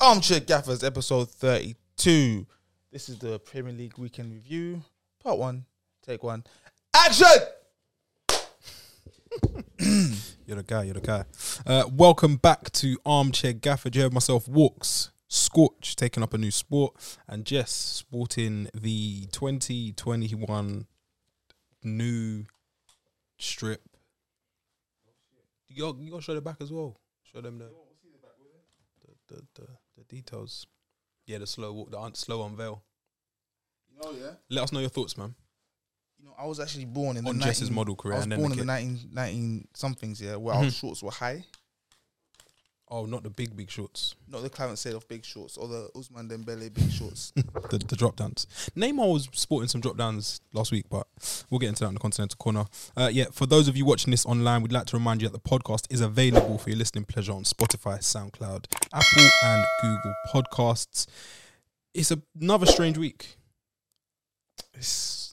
Armchair Gaffers, episode 32. This is the Premier League Weekend Review, part one, take one. Action! You're the guy. You're the guy. Uh, welcome back to Armchair Gaffer. Joe myself walks. Scorch taking up a new sport, and Jess sporting the 2021 new strip. You got you got to show the back as well. Show them the the, the, the, the details. Yeah, the slow walk, the un- slow unveil. Oh, yeah. Let us know your thoughts, man, You know, I was actually born in the on 19, Jess's model I career. was and then born the in the kid. 19, 19 somethings, yeah, where our Mhm. shorts were high. oh, not the big big shorts. Not the Clarence Seedorf big shorts or the Usman Dembele big shorts. the, the drop downs. Neymar was sporting some drop downs last week, but we'll get into that in the Continental Corner. Uh, yeah, for those of you watching this online, we'd like to remind you that the podcast is available for your listening pleasure on Spotify, SoundCloud, Apple, and Google Podcasts. It's another strange week. It's-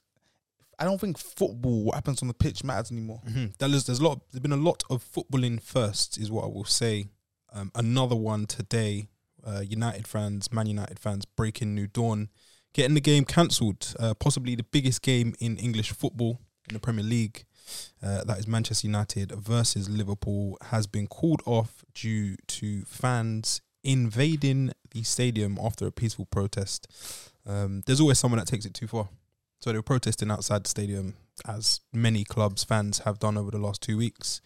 I don't think football, what happens on the pitch, matters anymore. Mhm. There is- there's a lot. There's been a lot of footballing firsts, is what I will say. Um, another one today. Uh, United fans, Man United fans, breaking new dawn, getting the game cancelled. Uh, possibly the biggest game in English football in the Premier League. Uh, that is Manchester United versus Liverpool has been called off due to fans invading the stadium after a peaceful protest. Um, there's always someone that takes it too far. So they were protesting outside the stadium, as many clubs fans have done over the last two weeks.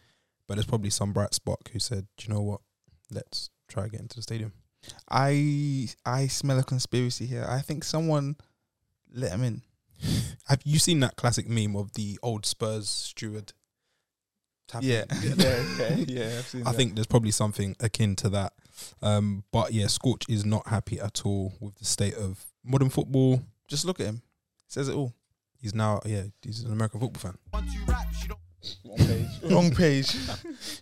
But there's probably some bright spark who said, "Do you know what? Let's try get into the stadium." I I smell a conspiracy here. I think someone let him in. Have you seen that classic meme of the old Spurs steward? tapping? Yeah. yeah, yeah, yeah. I've seen I think there's probably something akin to that. Um, but yeah, Scorch is not happy at all with the state of modern football. just look at him. Says it all. He's now, yeah, he's an American football fan. Wrong page. Wrong page.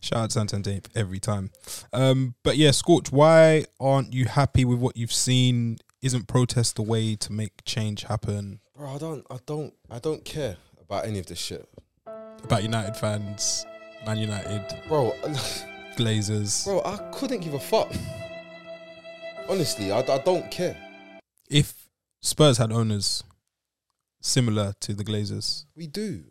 Shout out to Santander every time. Um, but yeah, Scorch, why aren't you happy with what you've seen? Isn't protest the way to make change happen? Bro, I don't, I don't, I don't care about any of this shit, About United fans, Man United, bro. Glazers. Bro, I couldn't give a fuck. Honestly, I, I don't care. If Spurs had owners similar to the Glazers, We do.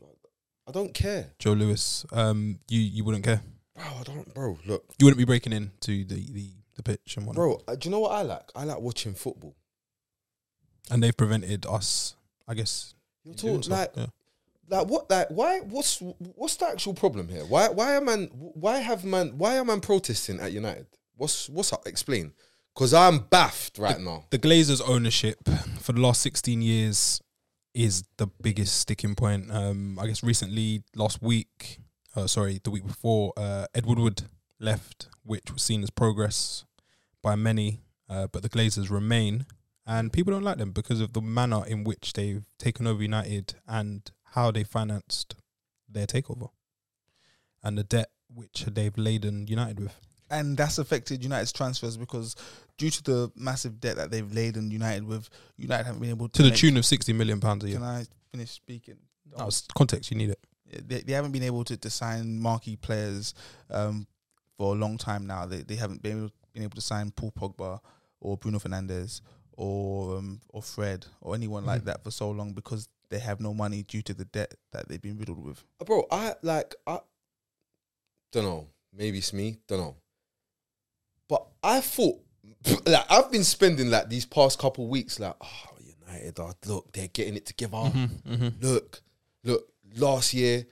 I don't care, Joe Lewis, um, you you wouldn't care. bro. I don't, bro. Look, You wouldn't be breaking into the the, the pitch and whatnot. bro. uh, Do you know what I like? I like watching football. And they've prevented us, I guess. You're doing talking so. like, Yeah. like what? Like why? What's what's the actual problem here? Why why are man? Why have man? Why are man protesting at United? What's what's up? Explain. Cause I'm baffed right now. the Glazers' ownership for the last 16 years is the biggest sticking point. Um, I guess recently, last week, uh, sorry, the week before, uh, Ed Woodward left, which was seen as progress by many, uh, but the Glazers remain, and people don't like them because of the manner in which they've taken over United and how they financed their takeover and the debt which they've laden United with. and that's affected United's transfers because due to the massive debt that they've laden United with, United haven't been able to To the make- tune of 60 million pounds a year. Can I finish speaking? That was context, you need it. They, they haven't been able to, to sign marquee players um, for a long time now. They they haven't been able, been able to sign Paul Pogba or Bruno Fernandez or um, or Fred or anyone like Mhm. that for so long because they have no money due to the debt that they've been riddled with. Uh, bro i like i don't know maybe it's me don't know but i thought like i've been spending like these past couple weeks like oh united oh, look they're getting it together Mm-hmm. look look last year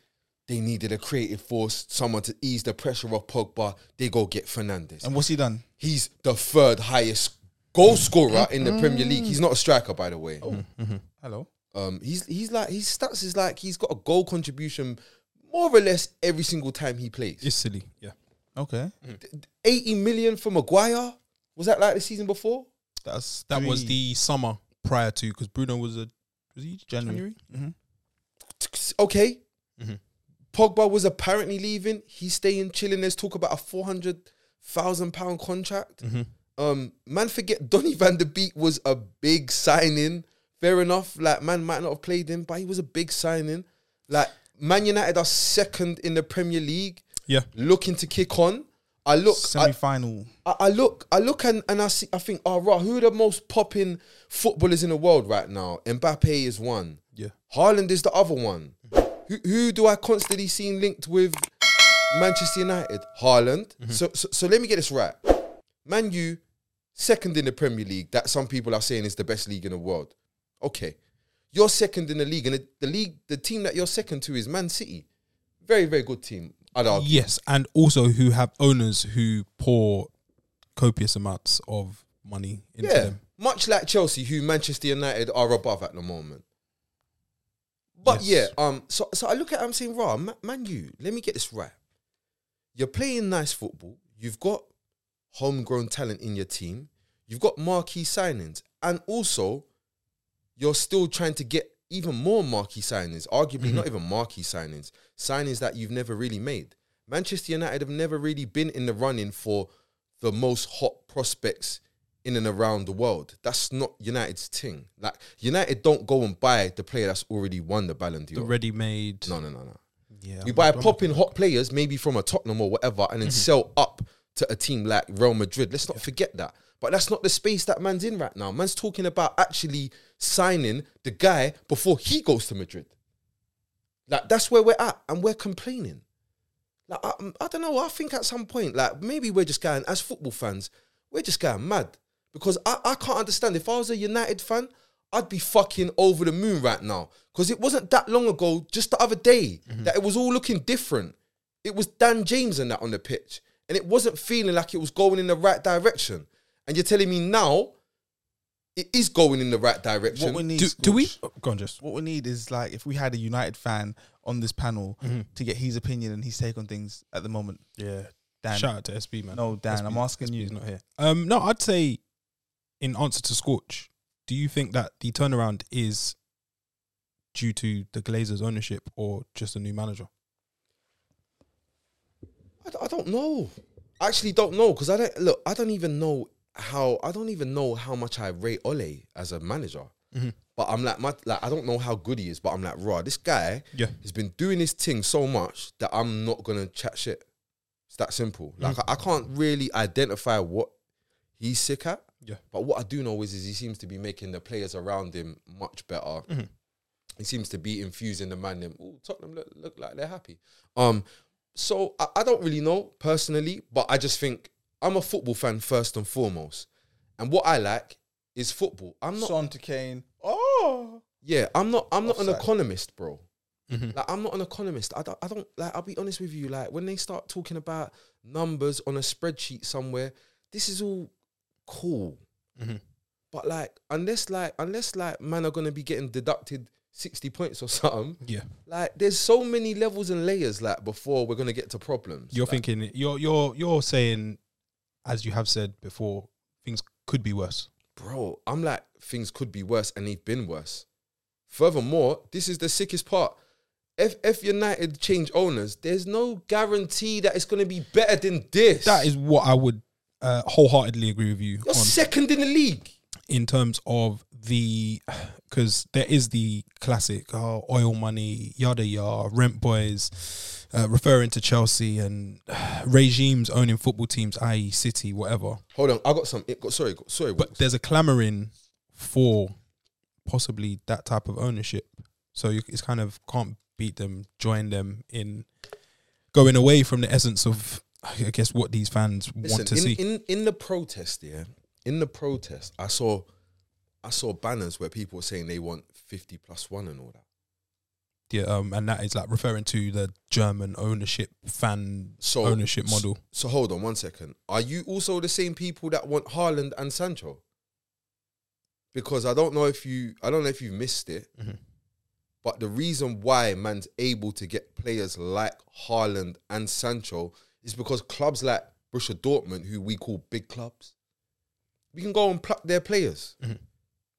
they needed a creative force someone to ease the pressure off pogba they go get fernandez And what's he done? he's the third highest goal scorer in the premier league he's not a striker by the way Hello. um, he's he's like his stats is like he's got a goal contribution more or less every single time he plays. It's silly. Yeah. Okay. Mm. Eighty million for Maguire was that like the season before? That's That was three- the summer prior to because Bruno was a was he January? January. Mhm. Okay, Mhm. Pogba was apparently leaving. He's staying, chilling. There's talk about a four hundred thousand pound contract. Um, man, forget Donny Van de Beek was a big signing. Fair enough. Like man might not have played him, but he was a big signing. Like Man United are second in the Premier League. Yeah. looking to kick on. I look, I, semi final. I I look, I look, and, and I see, I think, oh, right, who are the most popping footballers in the world right now? Mbappe is one. Yeah. Haaland is the other one. Who, who do I constantly seem linked with Manchester United? Haaland. So, so, so let me get this right. Man U, second in the Premier League, that some people are saying is the best league in the world. Okay. You're second in the league, and the, the league, the team that you're second to is Man City. Very, very good team, I'd Oh, argue. Yes, and also who have owners who pour copious amounts of money into Yeah, them. much like Chelsea, who Manchester United are above at the moment. But Yes. yeah, um, so so I look at it, I'm saying, rah, Ma- man, you let me get this right. You're playing nice football. You've got homegrown talent in your team. You've got marquee signings, and also you're still trying to get even more marquee signings. Arguably, not even marquee signings, signings that you've never really made. Manchester United have never really been in the running for the most hot prospects in and around the world. That's not United's thing. Like United don't go and buy the player that's already won the Ballon The d'Or. ready made. no, no, no, no. Yeah, We I'm buy not- popping hot players, maybe from a Tottenham or whatever, and then sell up to a team like Real Madrid. Let's not forget that. But that's not the space that man's in right now. Man's talking about actually signing the guy before he goes to Madrid. Like that's where we're at, and we're complaining. Like I, um, I don't know. I think at some point, like maybe we're just going as football fans, we're just going mad because I, I can't understand. If I was a United fan, I'd be fucking over the moon right now because it wasn't that long ago, just the other day, Mm-hmm. that it was all looking different. It was Dan James and that on the pitch, and it wasn't feeling like it was going in the right direction. And you're telling me now, it is going in the right What direction. we need, Do, do we? Scorch, Oh, go on, just. What we need is like if we had a United fan on this panel to get his opinion and his take on things at the moment. Yeah. Dan, Shout out to SB, man. no, Dan, I'm asking SB you. is not here. Um, no, I'd say, in answer to Scorch, do you think that the turnaround is due to the Glazers' ownership or just a new manager? I, d- I don't know. I actually don't know because I don't look. I don't even know how. I don't even know how much I rate Ole as a manager. But I'm like, my, like I don't know how good he is. But I'm like, raw. This guy Yeah. has been doing his thing so much that I'm not gonna chat shit. It's that simple. Like Mm. I, I can't really identify what he's sick at. Yeah. But what I do know is, is he seems to be making the players around him much better. Mm-hmm. He seems to be infusing the man them. Ooh, Tottenham look, look like they're happy. Um, so I, I don't really know personally, but I just think I'm a football fan first and foremost, and what I like is football. I'm not. Son to Kane. Oh, Yeah, I'm not. I'm not an Offside. economist, bro. Mm-hmm, Like I'm not an economist. I don't. I don't. Like I'll be honest with you. Like when they start talking about numbers on a spreadsheet somewhere, this is all cool. mm-hmm. But like, unless like, unless like, man are gonna be getting deducted sixty points or something. Yeah. Like, there's so many levels and layers. Like before we're gonna get to problems. You're Like, thinking. You're you're you're saying, as you have said before, things could be worse. bro, I'm like, things could be worse, and they've been worse. Furthermore, this is the sickest part. If if United change owners, there's no guarantee that it's gonna be better than this. That is what I would uh, wholeheartedly agree with you you're on. second in the league. in terms of the because there is the classic oh, oil money yada yada rent boys uh, referring to Chelsea and uh, regimes owning football teams i.e. City whatever Hold on, I got some. It got sorry, got, sorry. but Wilks. there's a clamoring for possibly that type of ownership so you, it's kind of can't beat them join them in going away from the essence of I guess what these fans want to in, see in in the protest, yeah, in the protest, I saw, I saw banners where people were saying they want fifty plus one and all that. Yeah, um, and that is like referring to the German ownership fan So ownership model. So hold on one second. Are you also the same people that want Haaland and Sancho? Because I don't know if you, I don't know if you missed it, Mm-hmm. but the reason why man's able to get players like Haaland and Sancho is because clubs like Borussia Dortmund, who we call big clubs, we can go and pluck their players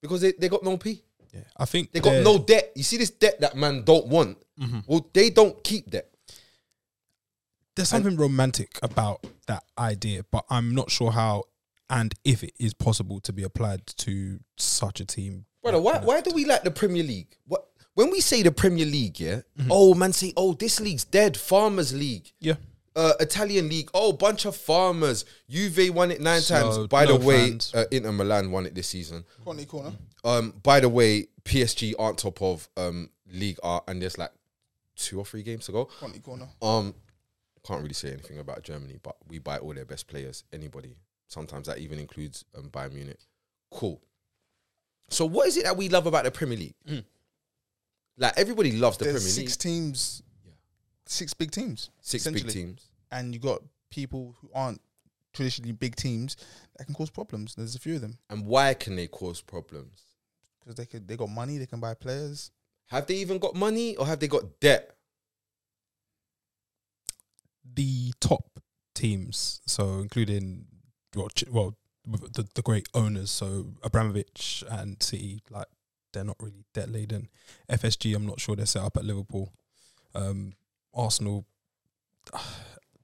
because they, they got no P. Mm-hmm. Yeah, Mm-hmm. I think They got they're- no debt. You see this debt that man don't want. Well, they don't keep that. There's something romantic about that idea, but I'm not sure how and if it is possible to be applied to such a team. Brother, why, why do we like the Premier League? What Mm-hmm. when we say the Premier League, yeah? Oh man, say, oh, this league's dead, Farmers League. Yeah, Uh, uh, Italian league. Oh, bunch of farmers. Juve won it nine So, times. By no the way, fans. uh, Inter Milan won it this season. Courtney corner. Um, by the way, PSG aren't top of um league are, and there's like two or three games to go. Courtney corner. Um, can't really say anything about Germany, but we buy all their best players. Anybody, sometimes that even includes um, Bayern Munich. Cool. So, what is it that we love about the Premier League? Mm. Like everybody loves the Hmm. There's Premier six League, teams, Yeah. six big teams, six big essentially. teams. and you got people who aren't traditionally big teams that can cause problems. There's a few of them And why can they cause problems? because they could, they got money, they can buy players. Have they even got money or have they got debt? the top teams, so including well, Ch- well the, the great owners, so Abramovich and City, like they're not really debt laden. FSG, I'm not sure they're set up at Liverpool. Um, Arsenal,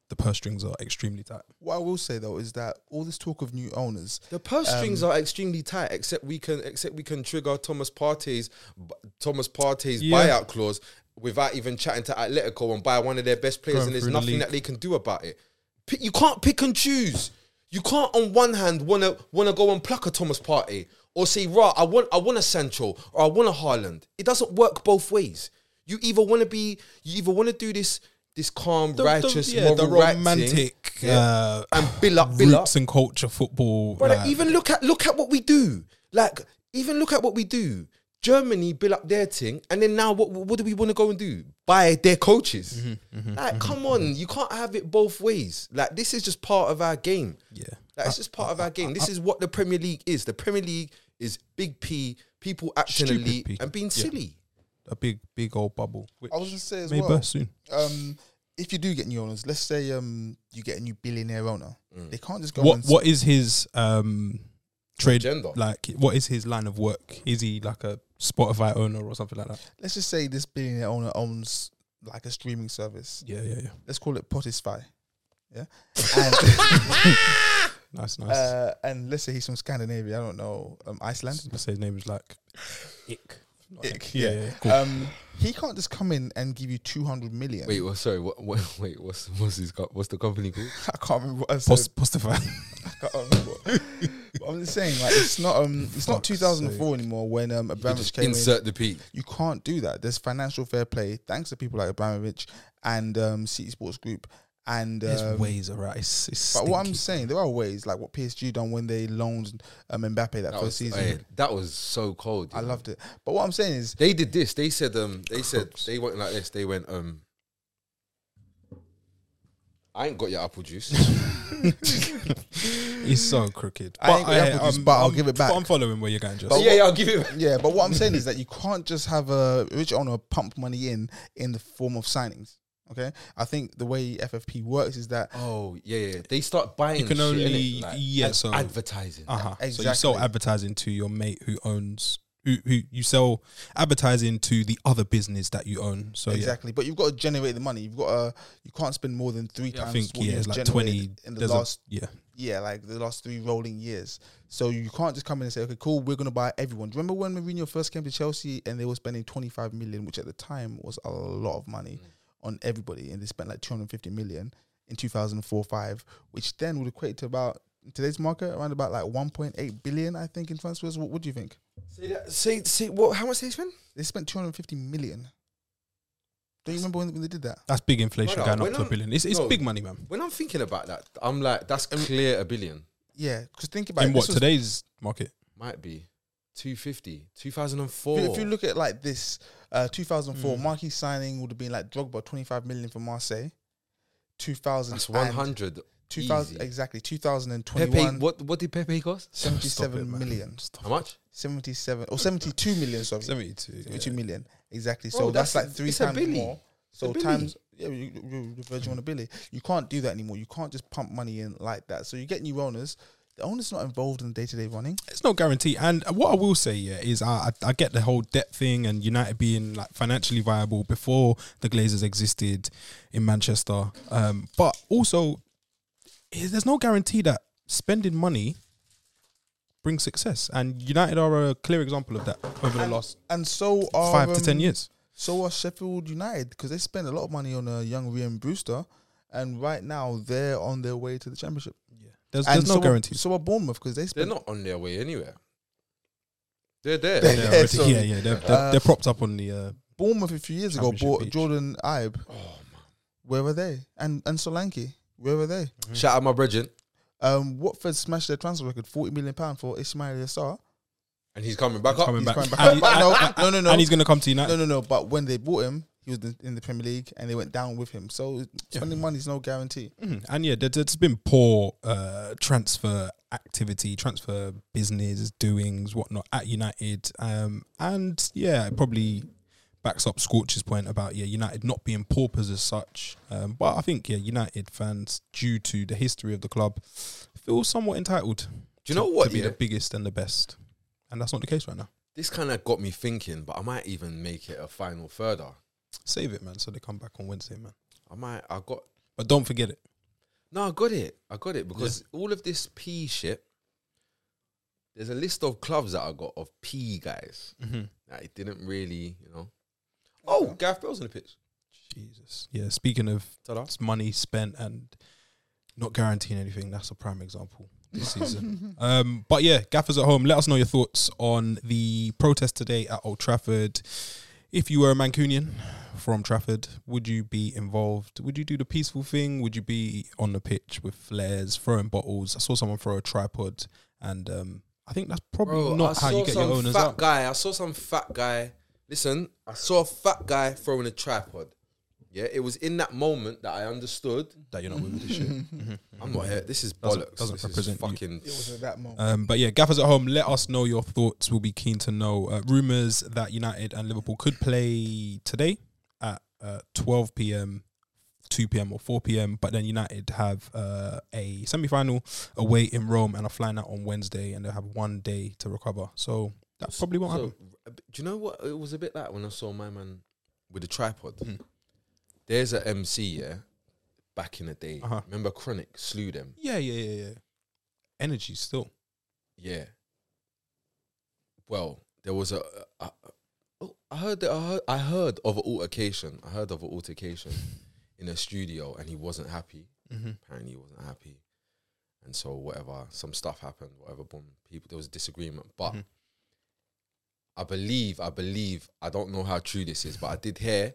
the purse strings are extremely tight. What I will say though is that all this talk of new owners, The purse Um, strings are extremely tight, except we can except we can trigger Thomas Partey's bu- Thomas Partey's Yeah. buyout clause without even chatting to Atletico and buy one of their best players, Going and there's through the nothing league. that they can do about it. Pick, you can't pick and choose. You can't on one hand wanna wanna go and pluck a Thomas Partey or say, "Right, I want I want a Sancho or I want a Haaland." It doesn't work both ways. You either want to be you either want to do this this calm, righteous, moral the eh? right thing, romantic yeah, uh, and bill up, bill up. roots and culture football. But like, even look at look at what we do. Like even look at what we do. Germany build up their thing, and then now what what do we want to go and do? Buy their coaches. like come on, you can't have it both ways. Like this is just part of our game. yeah, Like, it's just part of our game. This is what the Premier League is. The Premier League is big P people acting Stupid elite P. and being Yeah. silly. a big big old bubble. Which I was gonna say as may well. burst soon. Um, if you do get new owners, let's say um you get a new billionaire owner, they can't just go. what and what is his um trade Agenda. like what is his line of work is he like a spotify owner or something like that Let's just say this billionaire owner owns like a streaming service. yeah yeah yeah Let's call it Spotify. Yeah, and, nice nice uh, and let's say he's from Scandinavia. I don't know, um, Iceland. let's say his name is like ick Not Ick, yeah, yeah. yeah, yeah, cool. Um, he can't just come in and give you two hundred million. Wait, well, sorry. What, what, wait, what's what's his co- what's the company called? I can't remember what I said. Post- Postify. I can't remember. but I'm just saying, like, it's not um, it's not Fuck's 2004 anymore when um, Abramovich came in. Insert the P. You can't do that. There's financial fair play thanks to people like Abramovich and um, City Sports Group and There's um, ways around. It's, it's But what I'm stinky. saying, there are ways, like what PSG done when they loaned um, Mbappe that, That first was, oh, season. eh, that was so cold. I you know. loved it. But what I'm saying is, They did this. They said um they said they went like this. They went um I ain't got your apple juice. it's so crooked. um, I ain't gonna help with this, but I'll give it back. I'm following where you're going, just But yeah, yeah, I'll give it back. yeah, but what I'm saying is that you can't just have a rich owner pump money in in the form of signings. Okay, I think the way FFP works is that Oh, yeah, yeah. They start buying You can shit, only- innit? Like, yeah, and so- advertising. Uh huh. So you Exactly. sell advertising to your mate who owns who who you sell advertising to the other business that you own. So yeah. exactly, but you've got to generate the money. You've got to you can't spend more than three times I think what yeah, you've it's like generated twenty in the there's a- last yeah. yeah, like the last three rolling years. So you can't just come in and say, okay, cool, we're gonna buy everyone. Do you remember when Mourinho first came to Chelsea and they were spending 25 million, which at the time was a lot of money on everybody, and they spent like 250 million in 2004 5, which then would equate to about in today's market around about like 1.8 billion, I think, in transfers. What, what do you think? Say that say say what how much they spend? They spent 250 million. Don't you remember when, when they did that? That's big inflation Brother, going when up to a I'm- billion. It's, it's no. big money, man. When I'm thinking about that, I'm like, that's clear a billion. Yeah, because think about In it. what this was- today's market? Might be 250, 2004. If you- If you look at like this, uh, Hmm. 2004 Marquis signing would have been like Drogba, 25 million for Marseille. 2000 that's and- 100. 2000 easy. exactly Pepe, 2021 what what did Pepe cost? Stop it, 77 man. million How much? 77 or 72 million sorry Seventy two. 72 million exactly Bro, so that's, that's- like three it's a times billy. more so a billy. times yeah you, you, you're verging on a billy you can't do that anymore you can't just pump money in like that so you get new owners the owner's not involved in day-to-day running It's no guarantee. And what I will say, yeah, is I, I I get the whole debt thing and United being like financially viable before the Glazers existed in Manchester. Um, but also, eh, there's no guarantee that spending money brings success. And United are a clear example of that over the last and so are five to um, ten years. So are Sheffield United because they spend a lot of money on a young uh, Ryan Brewster, and right now they're on their way to the championship. Yeah. There's, and there's no so Are, guarantees. so are Bournemouth because they They're spent not on their way anywhere. They're there. They're Yeah, Yeah, already- so- yeah, yeah. They're, they're, Uh, they're propped up on the. Uh, Bournemouth a few years ago Championship bought each. Jordan Ibe. Oh, Where were they? And and Solanke. Where were they? man. Mm. Shout out my brethren. Um, Watford smashed their transfer record, forty million pound for Ismail Yassar. And he's coming back up. coming He's back. coming back. And, he- But no, and- no, no, no. and he's going to come to United. No, no, no. But when they bought him, he was in- in the Premier League, and they went down with him. So spending money is no guarantee. Mhm. And yeah, there- there's been poor uh, transfer activity, transfer business doings, whatnot at United. Um, and yeah, it probably backs up Scorch's point about yeah United not being paupers as such. Um, but I think yeah United fans, due to the history of the club, feel somewhat entitled. Do you know to- what, To be yeah? the biggest and the best, and that's not the case right now. This kind of got me thinking, but I might even make it a final further. Save it, man. So they come back on Wednesday, man. I might. I got. But don't forget it. No, I got it. I got it because all of this P shit. There's a list of clubs that I got of P guys Mm-hmm. that it didn't really, you know. Oh, Gareth Bell's on the pitch. Jesus. Yeah. Speaking of Ta-da. it's money spent and not guaranteeing anything. That's a prime example this season. um, but yeah, gaffers at home, let us know your thoughts on the protest today at Old Trafford. If you were a Mancunian from Trafford, would you be involved? Would you do the peaceful thing? Would you be on the pitch with flares, throwing bottles? I saw someone throw a tripod, and um, I think that's probably Bro, not I how saw you get some your owners fat out. guy. I saw some fat guy. Listen, I saw a fat guy throwing a tripod. Yeah, it was in that moment that I understood Mm. that you're not with this shit. I'm not here. This is Doesn't- bollocks. doesn't this represent is you. fucking. It was at that moment. Um, but yeah, gaffers at home, let us know your thoughts. We'll be keen to know. Uh, Rumours that United and Liverpool could play today at uh, 12 p.m., 2 p.m., or 4 p.m. But then United have uh, a semi final away in Rome and are flying out on Wednesday and they'll have one day to recover. So that probably won't So, happen. a bit- do you know what? It was a bit like when I saw my man with the tripod. Mm. There's a MC, yeah, back in the day. Uh-huh. Remember Chronic slew them? Yeah, yeah, yeah, yeah. Energy still. Yeah. Well, there was a. a- a- oh, I heard that. I heard, I heard of an altercation. I heard of an altercation in a studio, and he wasn't happy. Mm-hmm. Apparently, he wasn't happy, and so whatever. Some stuff happened. Whatever. Boom. People. There was a disagreement, but. Mhm. I believe, I believe, I don't know how true this is, but I did hear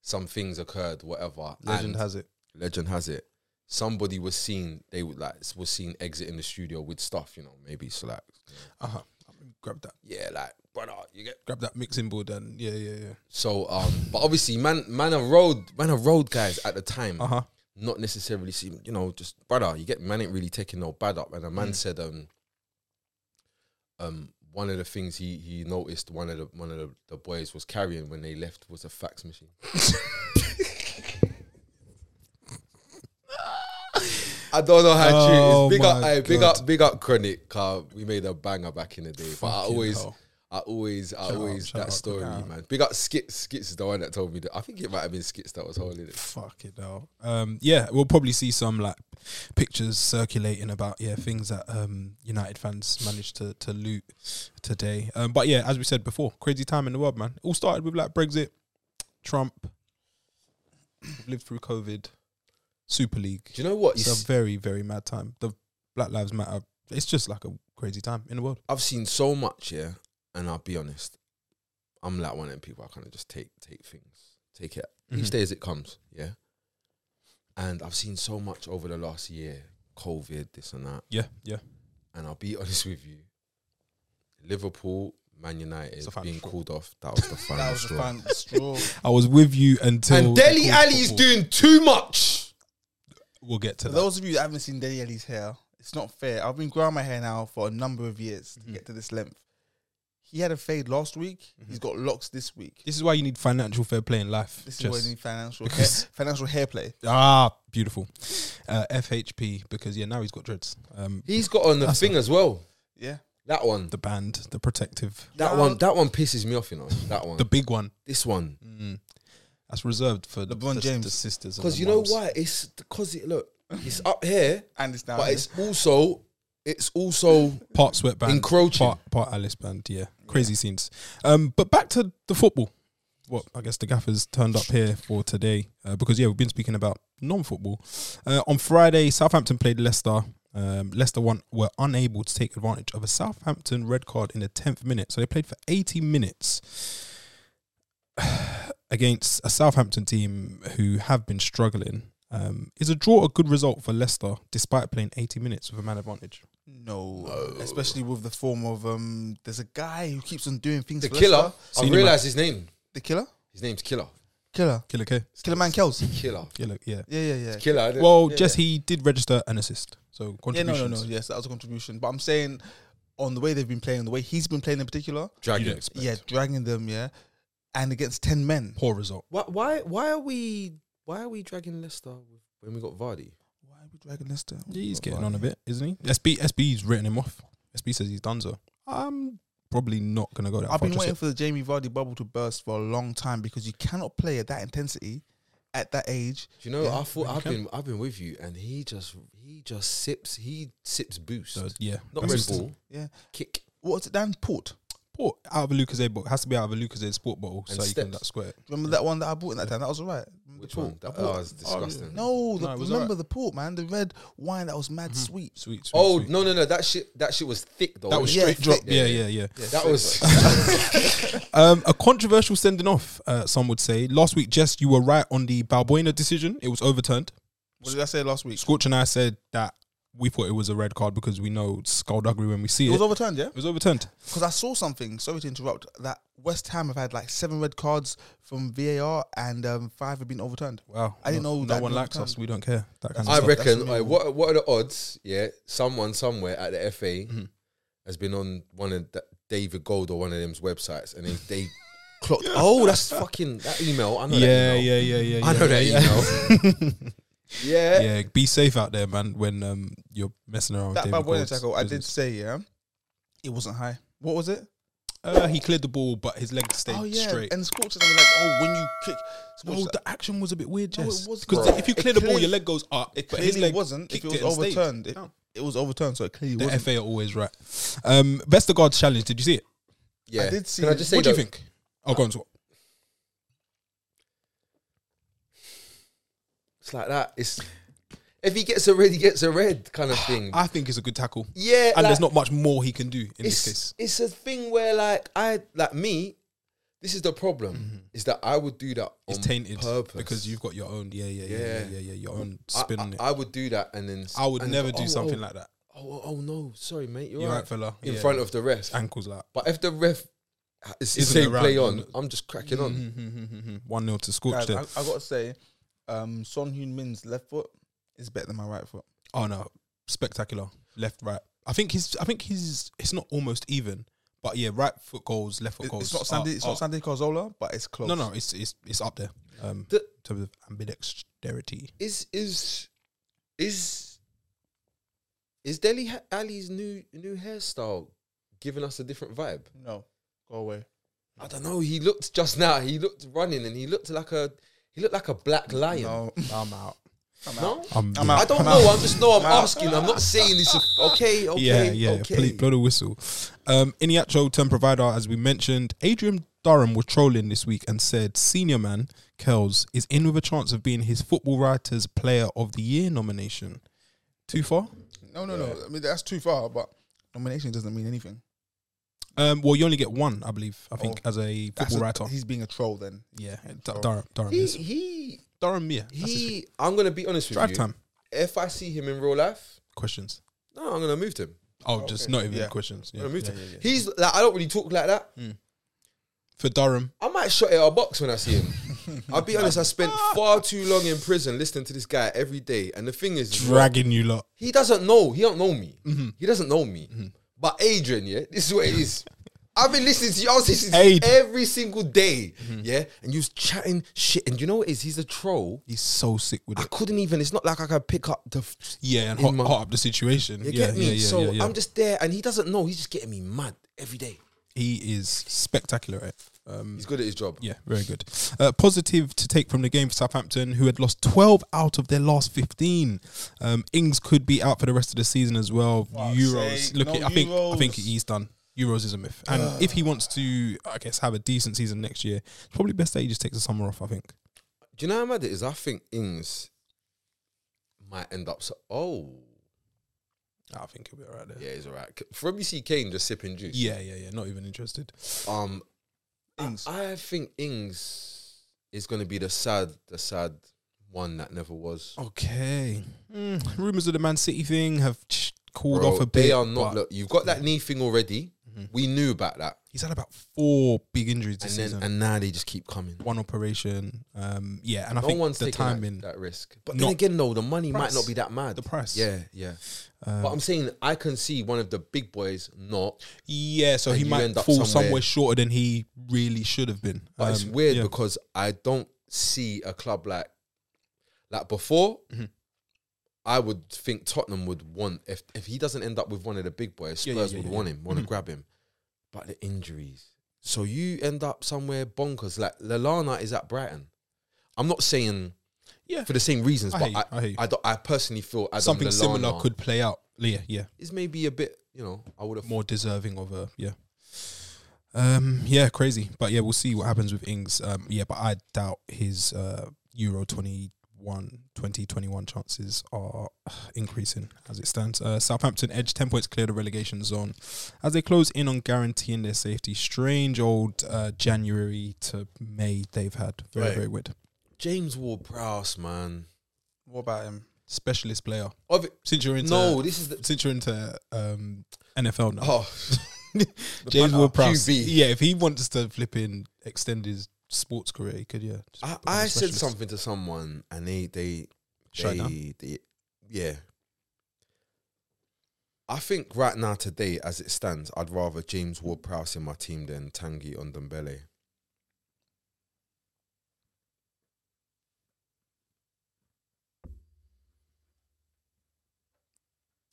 some things occurred, whatever. Legend and has it. legend has it, somebody was seen, they would like, was seen exiting the studio with stuff, you know, maybe. So, like, Uh huh. Grab that. yeah, like brother, you get Grab that mixing board and yeah, yeah, yeah. so um. But obviously, man, man of road, man of road guys at the time, Uh huh. not necessarily seem you know just brother. You get man ain't really taking no bad up, and a man Mm. said um. Um, one of the things he he noticed one of the one of the, the boys was carrying when they left was a fax machine. I don't know how Oh true it is. Big up, my hey, big God. up, big up, Chronic. Car, we made a banger back in the day, but I Fucking always, hell. I always, I Shout out, always shout that out, story, yeah. man. Big up Skits. Skits is the one that told me that. I think it might have been Skits that was holding it. Fuck it out. Um, yeah, we'll probably see some like pictures circulating about yeah things that um, United fans managed to to loot today. Um, but yeah, as we said before, crazy time in the world, man. All started with like Brexit, Trump. We've lived through COVID, Super League. Do you know what? You It's a s- very very mad time. The Black Lives Matter. It's just like a crazy time in the world. I've seen so much, yeah, and I'll be honest, I'm like one of them people. I kind of just take take things, take it Mm-hmm. each day as it comes, yeah. And I've seen so much over the last year, COVID, this and that. Yeah, yeah. And I'll be honest with you, Liverpool, Man United It's a final being straw. called off. That was the Uh, final that was straw. the final straw. I was with you until and Delhi Ali is doing too much. We'll get to For that. those of you that haven't seen Deli Ali's hair, it's not fair. I've been growing my hair now for a number of years to Mm-hmm. Mhm. get to this length. He had a fade last week. He's Mm-hmm. got locks this week. This is why you need financial fair play in life. This Jess. is why I need financial hair, because- financial hair play. Ah, beautiful. Uh, FHP because yeah, now he's got dreads. Um, He's got on the That's thing as well. Yeah, That one. the band, the protective, That Yeah. one. That one pisses me off. You know. That one. the big one. this one. Mm. That's reserved for LeBron the, James. the sisters. and Because the you know moms. why? It's because it look. It's up here, and it's now. but it's also. It's also. Part sweat band, Encroaching. part, part Alice band. Yeah, crazy scenes. Um, but back to the football. what I guess the gaffers turned up here for today uh, because yeah, we've been speaking about non-football. Uh, on Friday, Southampton played Leicester. Um, Leicester won, were unable to take advantage of a Southampton red card in the tenth minute, so they played for eighty minutes against a Southampton team who have been struggling. Um, is a draw a good result for Leicester despite playing eighty minutes with a man advantage? No, especially with the form of um, there's a guy who keeps on doing things. The for killer. Leicester. I Seen him, realised his name. the killer, His name's Killer. killer, Killer K, killer man, Kells. Killer. Killer, yeah. Yeah, yeah, yeah. Killer. I don't- Well, yeah, Jess, yeah. he did register an assist, so Yeah, no, contributions. no, no. Yes, that was a contribution. But I'm saying on the way they've been playing, the way he's been playing in particular, You Dragon. don't expect. yeah, dragging them, yeah, and against ten men. Poor result. Why, why? Why are we? Why are we dragging Leicester when we got Vardy? Why are we dragging Leicester? He's getting on a bit, isn't he? SB SB's written him off. SB says he's done so. I'm probably not gonna go that I've far. been just waiting yet. for the Jamie Vardy bubble to burst for a long time because you cannot play at that intensity, at that age. Do you know? Yeah, I thought you I've can. been I've been with you, and he just he just sips he sips boost, So, yeah, not That's Red just- Bull, Yeah. kick. What's it down port? Poor out of a Lucas A bottle. Has to be out of a Lucas A sport bottle, And so you can steps. that square. it. Remember that one that I bought in that time? That was alright. Remember Which the port? one? That, I bought- oh, it's disgusting. No, the, No, it was remember the port, man. The red wine that was Mm-hmm. mad sweet. Sweet. sweet Oh sweet. no no no! That shit that shit was thick though. that was yeah, straight drop. thick. Yeah, yeah, yeah. that was Um, a controversial sending off. Uh, some would say last week, Jess, you were right on the Balbuena decision. It was overturned. What did I say last week? Scorch and I said that we thought it was a red card because we know skullduggery when we see It it. was overturned, yeah. it was overturned. Because I saw something. Sorry to interrupt. That West Ham have had like seven red cards from VAR, and um, five have been overturned. Wow. I didn't No- know No that one was likes us. overturned. We don't care. That kind of I stuff. reckon. That's alright, what what are the odds? Yeah, someone somewhere at the FA Mm-hmm. has been on one of that David Gold or one of them's websites, and they, they clocked. Oh, that's fucking that email. I know yeah, that email. yeah, yeah, yeah. I yeah, know that yeah. email. yeah. Yeah, be safe out there, man. When um you're messing around That with bad David boy Gold's tackle, I did business. say, yeah, it wasn't high. What was it? Uh, he cleared the ball, but his leg stayed oh yeah, straight. and Scorch is like, oh, when you kick, no, Scorch- the action was a bit weird, No, it Jess. wasn't. Because Bro, if you it clear the ball, clearly- your leg goes up. it but his clearly leg wasn't. If kicked it was and stayed. overturned, it, No. it was overturned, so it clearly The wasn't. FA are always right. Um, Vestergaard's challenge. Did you see it? Yeah. I did see Can I it. just say What do you though, think? Oh, go on. Swap. It's like that. It's if he gets a red, he gets a red kind of Mm. thing. I think it's a good tackle, yeah, and like, there's not much more he can do in this It's case. it's a thing where like I like me. This is the problem. Is that I would do that Mm-hmm. It's on tainted purpose because you've got your own. Yeah, yeah, yeah, yeah, yeah, Yeah. yeah, Your own I, spin on I- it. I would do that and then s- I would and- never do oh, something oh, like that. Oh, oh, oh, no, sorry mate, you're, You're right. right, fella. In Yeah. front of the ref. Ankles like. But if the ref is the Isn't same around, play on, then- Mm-hmm. I'm just cracking on. One 0 to Scorch. Guys, there. I, I gotta say, um, Son Heung Min's left foot is better than my right foot. Oh no, spectacular left right. I think his I think his it's not almost even, but yeah, right foot goals, left foot It- goals. it's not are- Sandy. It's are- not Sandy Carzola, but it's close. Oh, No, no, it's it's it's up there. Um, The- in terms of ambidexterity. Is is is is Delhi Ha- Ali's new new hairstyle giving us a different vibe? no, go away. I don't know. He looked just now. He looked running, and he looked like a he looked like a black lion. No, No, I'm out. I'm out. I'm, I'm yeah. out. I don't I'm know. out. I'm just no. I'm I'm out. asking. I'm not saying this. is- Okay, okay, yeah, yeah. okay. Please blow the whistle. Um, in the actual term provider, as we mentioned, Adrian Durham was trolling this week and said senior man Kells is in with a chance of being his football writers player of the year nomination. Too far? No, no, no. I mean, that's too far, but nomination doesn't mean anything. Um, well, you only get one, I believe. I think Oh. as a That's football a- writer. He's being a troll then. Yeah, D- Durham. Durham. Durham Oh. He is. he Durham. Yeah, that's his thing. he. I'm gonna be honest with drive you. time If I see him in real life, questions. no, I'm gonna move to him. Oh, just okay. not even Yeah. questions. I'm Yeah. gonna move to yeah, him. yeah, Mm. yeah. He's like I don't really talk like that. For Durham, I might shot at a box when I see him. I'll be honest. I spent far too long in prison listening to this guy every day, and the thing is, dragging you lot. he doesn't know. He don't know me. Mm-hmm. He doesn't know me. But Adrian, yeah, this is what it is. I've been listening to you. I was listening to you Aid. every single day, Mm-hmm. yeah. And you was chatting shit. And you know what it is? He's a troll. He's so sick with I it. couldn't even. It's not like I can pick up the. f- Yeah, and In hot, my- hot up the situation. You yeah, get yeah, me? yeah, so yeah, yeah. I'm just there, and he doesn't know. He's just getting me mad every day. he is spectacular. At it. Um, He's good at his job. yeah, very good. Uh, positive to take from the game for Southampton, who had lost 12 out of their last 15. Um, Ings could be out for the rest of the season as well. Fuck's Euros. sake, Look, no I think I think Euros. he's done. Euros is a myth. And if he wants to, I guess, have a decent season next year, it's probably best that he just takes the summer off, I think. Do you know how mad it is? I think Ings might end up. So, oh, I think he'll be all right there. yeah, he's alright. C- From you see Kane just sipping juice. Yeah, yeah, yeah. Not even interested. Um, Ings. I, I think Ings is going to be the sad, the sad one that never was. Okay. Mm, rumors of the Man City thing have ch- cooled Bro, off a bit. they are but not. Look, you've got that knee thing already. We knew about that, he's had about four big injuries and this then season. and now they just keep coming. One operation. Um, yeah, and I no think one's the taking that- timing, that, risk. But Not- then again, though, the money Price. might not be that mad. the price. Yeah, yeah. Um, but I'm saying I can see one of the big boys not. Yeah, so And he you might end up fall somewhere. somewhere- shorter than he really should have been. But it's Um, weird yeah. because I don't see a club like like before. Mhm. I would think Tottenham would want if if he doesn't end up with one of the big boys, Yeah, Spurs yeah, yeah, would yeah, want yeah. him, want to Mhm. grab him. But the injuries, so you end up somewhere bonkers. Like Lallana is at Brighton. I'm not saying Yeah. for the same reasons, I but hear you, I, I hear you. I, don't- I personally feel Adam something similar Lallana could play out. Yeah, yeah, is maybe a bit. You know, I would have more deserving of a yeah. Um, yeah, crazy, but yeah, we'll see what happens with Ings. Um, yeah, but I doubt his uh, Euro 21, 2021 chances are increasing as it stands. Uh, Southampton edge ten points clear the relegation zone as they close in on guaranteeing their safety. Strange old uh, January to May they've had. Very Right. very weird. James Ward Prowse, man. What about him? specialist player. Of it, Since you're into no, this is the since you're into um, NFL now, oh James Ward Prowse. QB. Yeah, if he wants to flip in, extend his sports career, he could. Yeah, just I, become a I said specialist. something to someone and they they Shut they, down. they- yeah. I think right now today, as it stands, I'd rather James Ward Prowse in my team than Tangi on Dembele.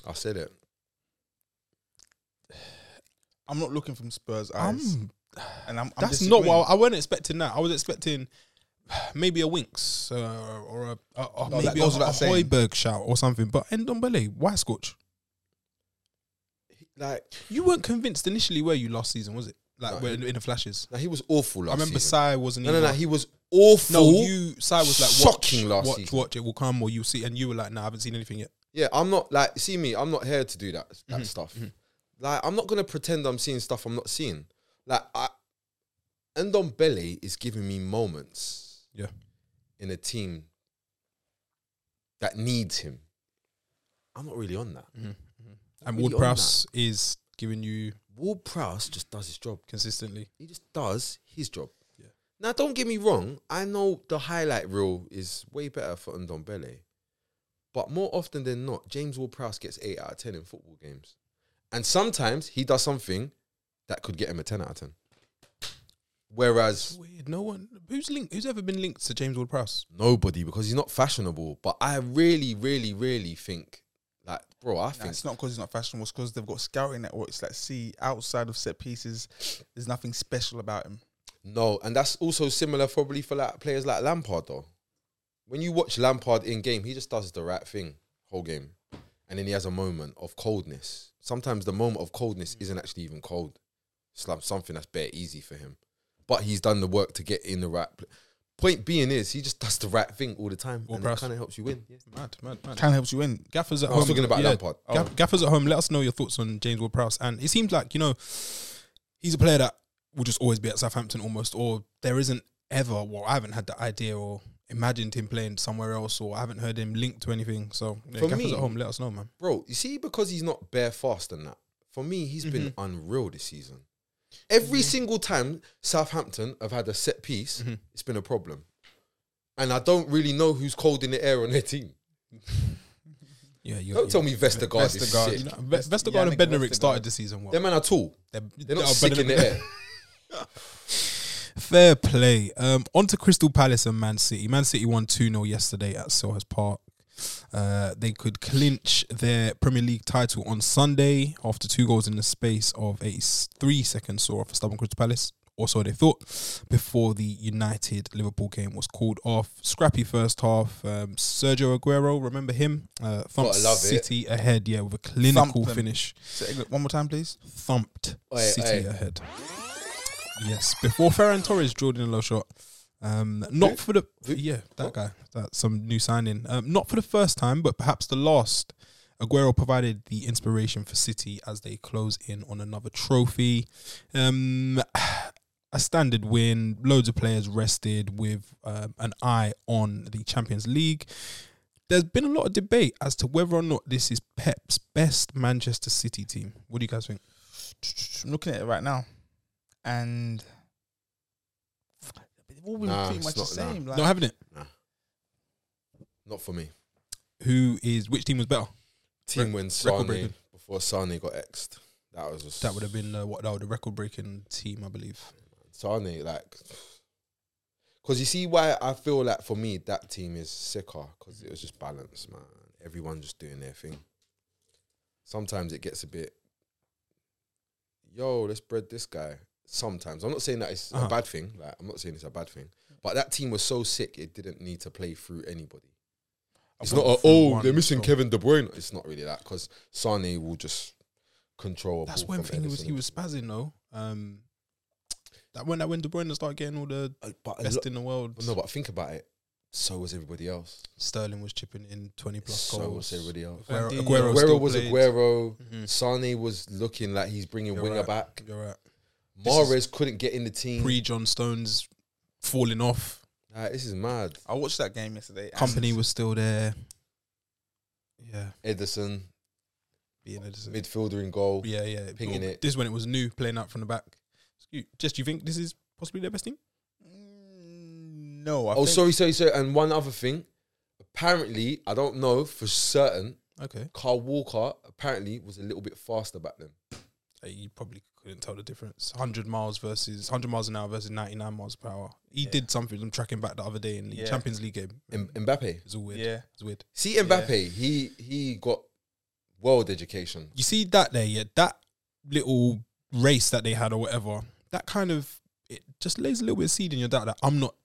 I said it. I'm not looking from Spurs Ah, I'm- eyes, and I'm, I'm that's not disagreeing. what I, wasn't expecting. That I was expecting maybe a Winks uh, or a, a, a No, that maybe a, a goes without saying. Hoiberg shout or something. But Ndombele, why Scorch? Like You weren't convinced initially, were you last season? Was it like No, when- in the flashes? now he was awful last I remember season. Sai wasn't. No, no, either. no, he was awful. No, you Sai was like watch, Shocking last watch, season. watch. It will come, or you'll see. And you were like, "No, I haven't seen anything yet." Yeah, I'm not like see me. I'm not here to do that that stuff. Like I'm not gonna pretend I'm seeing stuff I'm not seeing. Like I, Ndon Belly is giving me moments. Yeah. in a team that needs him. I'm not really on that. And Really Ward Mm-hmm. on Prowse is giving you Ward Prowse just does his job. consistently. He just does his job. Yeah. Now, don't get me wrong. I know the highlight reel is way better for Ndombele. But more often than not, James Ward Prowse gets 8 out of 10 in football games. And sometimes he does something that could get him a 10 out of 10. Whereas Weird. No one who's linked. Who's ever been linked to James Ward Prowse? nobody, because he's not fashionable. But I really, really, really think, like, bro, I Nah, think it's not because it's not fashionable. It's because they've got scouting networks that see outside of set pieces. There's nothing special about him. No, and that's also similar probably for like players like Lampard though. When you watch Lampard in game, he just does the right thing whole game, and then he has a moment of coldness. Sometimes the moment of coldness isn't actually even cold. It's like something that's bare easy for him, but he's done the work to get in the right. Pl- Point being is he just does the right thing all the time, Or and press. that kind of helps you win. Mad, mad, mad. Can helps you in. Gaffers at I home. was talking about yeah, Lampard. Oh. Gaff- Gaffers at home. Let us know your thoughts on James Ward Prowse. And it seems like you know he's a player that will just always be at Southampton almost, or there isn't ever. Well, I haven't had the idea or imagined him playing somewhere else, or I haven't heard him linked to anything. So yeah, For Gaffers me- at home, let us know, man. bro. You see, because he's not bare fast and that. For me, he's been Mm-hmm. unreal this season. Every single time Southampton have had a set piece, Mm-hmm. it's been a problem, and I don't really know who's cold in the air on their team. Yeah, you Don't tell me Vestergaard is Vestergaard, sick. You know, Ve- Vestergaard yeah, I and think Bednarik Vestergaard. started the season well. Them man are tall. They're, They're not oh, sick in the Bednarik- air. Fair play. Um, on to Crystal Palace and Man City. Man City won 2 0 yesterday at Selhurst Park. Uh, they could clinch their Premier League title on Sunday after two goals in the space of 83 seconds saw off for stubborn Crystal Palace. or so they thought, before the United Liverpool game was called off. Scrappy first half. Um, Sergio Aguero, remember him? Uh, thumped Gotta love it. City ahead, yeah, with a clinical them. finish. Say it one more time, please. Thumped Oi, City oi. ahead. Yes, before Ferran Torres drilled in a low shot. Um, not Who? for the Who? Oh. yeah that What? guy that's some new signing. Um, not for the first time, but perhaps the last. Aguero provided the inspiration for City as they close in on another trophy. Um, a standard win, loads of players rested with um, an eye on the Champions League. There's been a lot of debate as to whether or not this is Pep's best Manchester City team. What do you guys think? I'm looking at it right now, and they've all been Nah, pretty it's much the not- nah. same. no, Like, haven't it? Not for me. Who is which team was better? Team when Sane breaking. before Sane got exed. That was just That would have been uh, what? Oh, the record-breaking team, I believe. Sane, like, because you see why I feel like for me that team is sicker because it was just balanced, man. Everyone just doing their thing. Sometimes it gets a bit, yo, let's bread this guy. Sometimes I'm not saying that it's Uh-huh. a bad thing. Like I'm not saying it's a bad thing, but that team was so sick it didn't need to play through anybody. It's not a, through oh one they're missing goal." Kevin De Bruyne. It's not really that because Sane will just control. Oh, a That's ball one from thing he was he Ederson. was spazzing though. Um, that when that when De Bruyne started getting all the Uh, But a best lo- in the world, no, but think about it. So was everybody else. Sterling was chipping in twenty plus so goals. was everybody else. Aguero, Fernandinho. Aguero, Aguero still was played. Aguero. Mhm. Sane was looking like he's bringing You're winger right. back. You're right. This is- Mares couldn't get in the team. Pre John Stones falling off. Nah, this is mad. I watched that game yesterday. and Company was still there. Yeah, Edison, being a dis- midfielder in goal. yeah, yeah. pinging it. This is when it was new, playing out from the back. You- Just you think this is possibly their best team? Mm, No, I oh, think sorry, sorry, sorry. And one other thing. Apparently, I don't know for certain. Okay, Carl Walker apparently was a little bit faster back then. Uh, you probably couldn't tell the difference. Hundred miles versus hundred miles an hour versus ninety nine miles per hour. He Yeah. did something. I'm tracking back the other day in the Yeah. Champions League game. M- Mbappe. It's all weird. yeah. It's weird. See Mbappe. He he got world education. you see that there, yeah, that little race that they had or whatever, that kind of it just lays a little bit of seed in your doubt that I'm not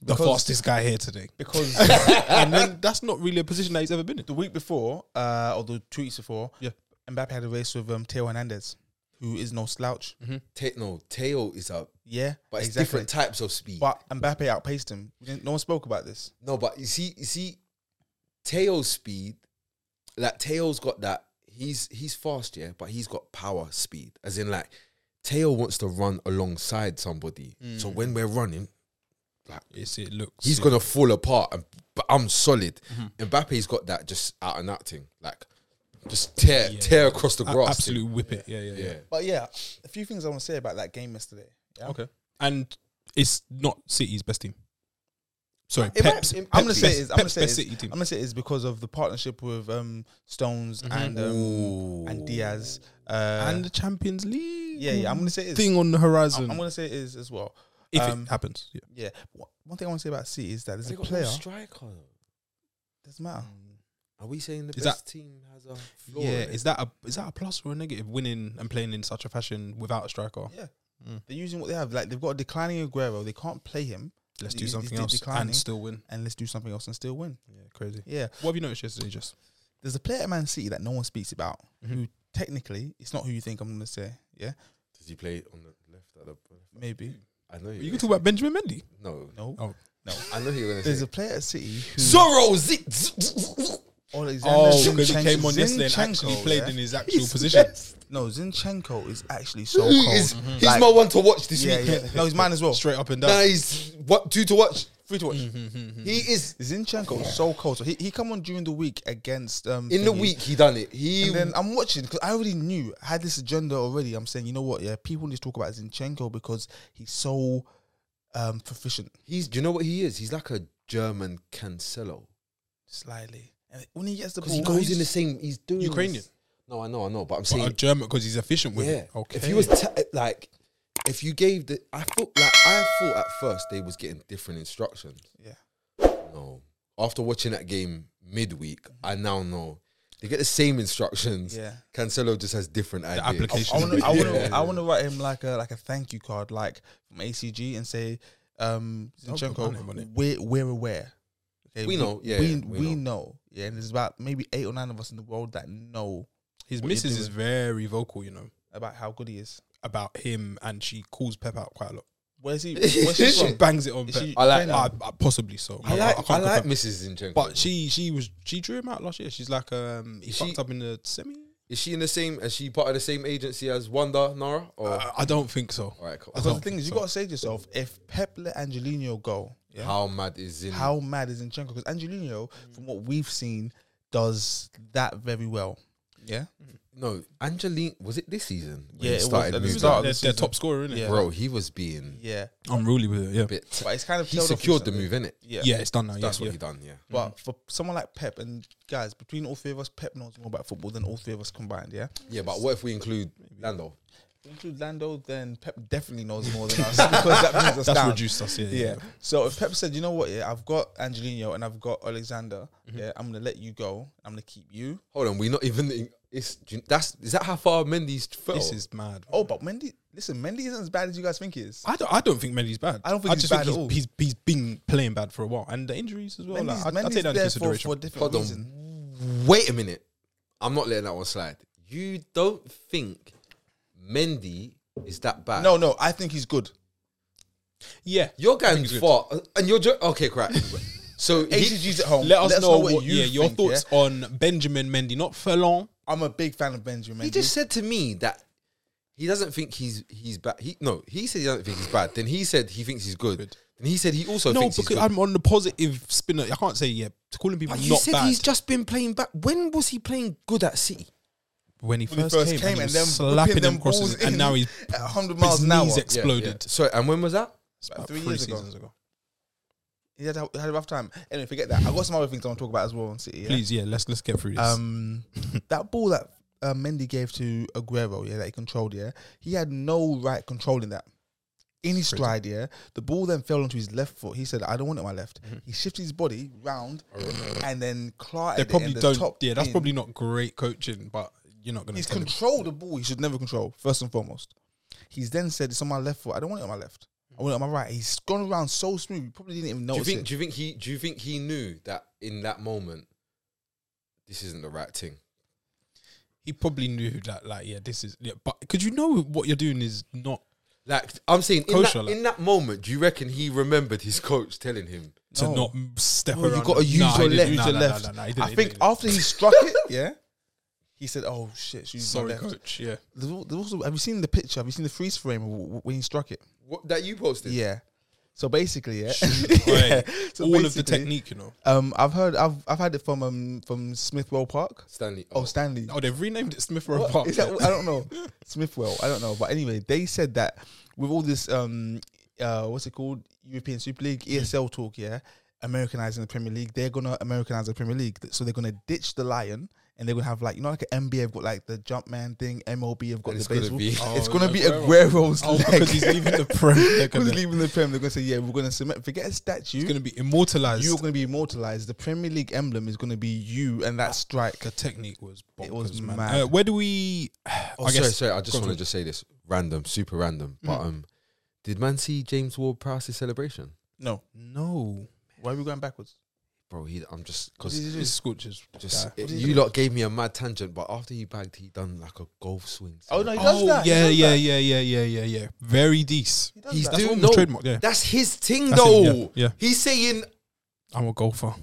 the Because- fastest guy here today. because and then that's not really a position that he's ever been in. the week before, uh, or the two weeks before, Yeah. Mbappe had a race with um, Teo Hernandez, who is no slouch. Mm-hmm. Te- no, Teo is a Yeah, Mm-hmm. but it's different types of speed. But Mbappe outpaced him. We didn't, no one spoke about this. No, but you see, you see, Teo's speed, like Teo's got that. He's he's fast, yeah, but he's got power speed. As in, like Teo wants to run alongside somebody. So Mm. when we're running, It's, it looks he's gonna fall apart. And but I'm solid. Mm-hmm. Mbappe's got that just out and acting, like just tear Yeah. tear across the a- grass. absolute whip it. Yeah, yeah, yeah. Yeah. But yeah, a few things I want to say about that game yesterday. Yeah? Okay. And it's not City's best team. Sorry, It might- Pep's. it- I'm gonna Pep's say best- it is. I'm gonna Pep's say it best is. City team. I'm gonna say it is because of the partnership with um, Stones and um, Ooh. and Diaz. Uh, Mm-hmm. and the Champions League. yeah, yeah, I'm gonna say it is. thing on the horizon. I'm, I'm gonna say it is as well. if um, it happens, yeah. Yeah. Wha- One thing I want to say about City is that there's They a got no player. striker. Doesn't matter. Mm-hmm. Are we saying the Is best team has a flaw? in Yeah, it? is that a is that a plus or a negative winning and playing in such a fashion without a striker? Yeah. They're using what they have. Like they've got a declining Aguero. They can't play him. Let's It- do it- something it's else declining. and still win. And let's do something else and still win. Yeah, crazy. Yeah. What have you noticed yesterday, Jess? There's a player at Man City that no one speaks about. Mhm. Who technically, it's not who you think I'm gonna say. Yeah. Does he play on the left at the? Maybe. I know You can talk about Benjamin Mendy. No, No. Oh. I know who you're gonna There's say. a player at City who. Zorro. Z- z- z- Alexander Oh, because he Zinchenko- came on yesterday and actually Zinchenko, played yeah? in his actual position. No, Zinchenko is actually so cold. Mhm. He is- He's Mm-hmm. Like, my one to watch this yeah, week. yeah. No, he's mine as well. Straight up and Nah, down. he's what two to watch? Free to watch. He is Zinchenko is so cold. So he, he come on during the week against um in the thingy. week. He done it. He And then I'm watching because I already knew I had this agenda already. I'm saying, you know what? Yeah, people need to talk about Zinchenko because he's so um proficient he's. Do you know what he is? Hehe's like a German Cancelo. slightly. And when he gets the ball, Because he goes in the same. He's doing this. Ukrainian. No, I know, I know, but I'm But a saying German because he's efficient with yeah. it. Okay. If you was ta- like, if you gave the, I thought like I thought at first they was getting different instructions. yeah. No. After watching that game midweek, I now know They get the same instructions. Yeah. Cancelo just has different ideas. application. I want to. I want to. Yeah. I want to write him like a like a thank you card, like from ACG, and say, um, I'll put my name on Zinchenko, it. we're we're aware. Okay, We know, yeah, we, yeah, we, we know. Yeah, and there's about maybe eight or nine of us in the world that know His What you missus is doing? very vocal, you know, about how good he is. about him, and she calls Pep out quite a lot. Where's he? Where's she She from? bangs it on Is Pep. she I like Ukrainian? Uh, uh, possibly so. I can't like I, like confirm. Mrs. Zinchenko. But she she was she drew him out last year. She's like um he She- fucked up in the semi. is she in the same? Is she part of the same agency as Wanda Nara? Or Uh, I don't think so. all right, cool. Because the don't thing think is, you so. gotta say to yourself, if Pep let Angelino go, yeah, How mad is Zin? how mad is Zinchenko? Because Angelino, from what we've seen, does that very well. Yeah, No, Angeline was it this season? when Yeah, he it was at started the moving? start. Their, this their season. top scorer, isn't it? Yeah. Bro, he was being yeah, Unruly with it. Yeah. a bit. but it's kind of He tailed off secured the recently. move, innit? Yeah, Yeah, it's done now. That's Yes, what yeah. he done. Yeah. But for someone like Pep and guys, between all three of us, Pep knows more about football than all three of us combined. Yeah, Yeah, but what if we include Lando? If you include Lando, then Pep definitely knows more than us because that brings us That's down. reduced us. Yeah, yeah. Yeah. So if Pep said, you know what, yeah, I've got Angelino and I've got Alexander. Yeah, I'm gonna let you go. I'm gonna keep you. Hold on, we not even. in- It's do you- that's is that how far Mendy's fell? This is mad. Oh, but Mendy, listen, Mendy isn't as bad as you guys think he is. I don't. I don't think Mendy's bad. I don't think he's bad at all. He's, he's been playing bad for a while, and the injuries as well. Mendy's, like, I, I Mendy's take that into there for, consideration. for a different Hold on. reason. Wait a minute, I'm not letting that one slide. You don't think Mendy is that bad? No, no, I think he's good. yeah, your I think guy's he's good. far, uh, and you're jo- okay. Correct. so he, ACG's at home. Let us know, what, you yeah, your think, thoughts on Benjamin Mendy, not Furlong. I'm a big fan of Benjamin. he Mendy. just said to me that he doesn't think he's he's bad. He no, he said he doesn't think he's bad. Then he said he thinks he's good. Good. Then he said he also No, thinks he's because good. I'm on the positive spinner. I can't say yeah. To calling people But not you said bad he's just been playing back. When was he playing good at City? when he When he first, came, and, he was then slapping whipping them them crosses, balls and in now he's at 100 miles his an hour. knees exploded. Sorry, and when was that? It's About about three three years ago. seasons ago. He had, a- had a rough time. Anyway, forget that. I got some other things I want to talk about as well on City. yeah? Please, yeah, let's let's get through this. Um, that ball that uh, Mendy gave to Aguero, yeah, that he controlled, yeah, he had no right controlling that. In his Crazy. stride, yeah, the ball then fell onto his left foot. He said, "I don't want it on my left." Mm-hmm. He shifted his body round and then clarted. it in they probably the don't. top yeah, that's pin. probably not great coaching, but you're not going He's to. controlled the ball. He should never control first and foremost. He's then said, "It's on my left foot. I don't want it on my left. I want it on my right." He's gone around so smooth. You probably didn't even Do you notice think? it. Do you think he? Do you think he knew that in that moment, this isn't the right thing? He probably knew that, like, yeah, this is. Yeah, but because you know what you're doing is not Like I'm saying, in that, Kosher, like- in that moment, do you reckon he remembered his coach telling him? to No. not m- step Bro, around. you got to use Nah, your he left. didn't. Use Nah, your nah, nah, left. nah, nah, he didn't, I he think didn't. after he struck it, yeah, he said, "Oh shit, she's sorry, left. coach. Yeah, There's al- there's also, have you seen the picture? Have you seen the freeze frame of w- when he struck it? What that you posted? Yeah. So basically, yeah. Hey, So all of the basically, technique, you know. Um, I've heard, I've I've had it from um from Smithwell Park. Stanley. Oh, Stanley. Oh, they've renamed it Smith Rowe What? Park. Is that, I don't know. Smithwell, I don't know. But anyway, they said that with all this um uh what's it called European Super Hmm. League ESL talk, yeah, Americanizing the Premier League, they're gonna Americanize the Premier League, so they're gonna ditch the lion. And they're gonna have like you know like an NBA have got like the jump man thing, MLB have got the And it's gonna baseball. be- it's Oh, gonna yeah, be Aguero. Aguero's Oh, leg. because he's leaving the Prem. They're Because gonna- he's leaving the Prem, they're gonna say, "Yeah, we're gonna cement. Forget a It's statue. going to be immortalized. You're gonna be immortalized. The Premier League emblem is gonna be you Ah. and that strike." the technique was bonkers, It was man. mad. Uh, where do we? Oh, I sorry, guess sorry. I just go want to for it. just say this random, super random. But um, did man see James Ward-Prowse's celebration? No, no. why are we going backwards? Bro, he. I'm just What because did he do? His scorches. just guy. it- you lot gave me a mad tangent, but after he bagged, he done like a golf swing. Oh no, he does Oh that. He yeah, does yeah, that. yeah, yeah, yeah, yeah, yeah. Very decent. He does He's that. That's Dude, almost no. trademark. Yeah, That's his thing, That's though. him, yeah, yeah. He's saying I'm a golfer.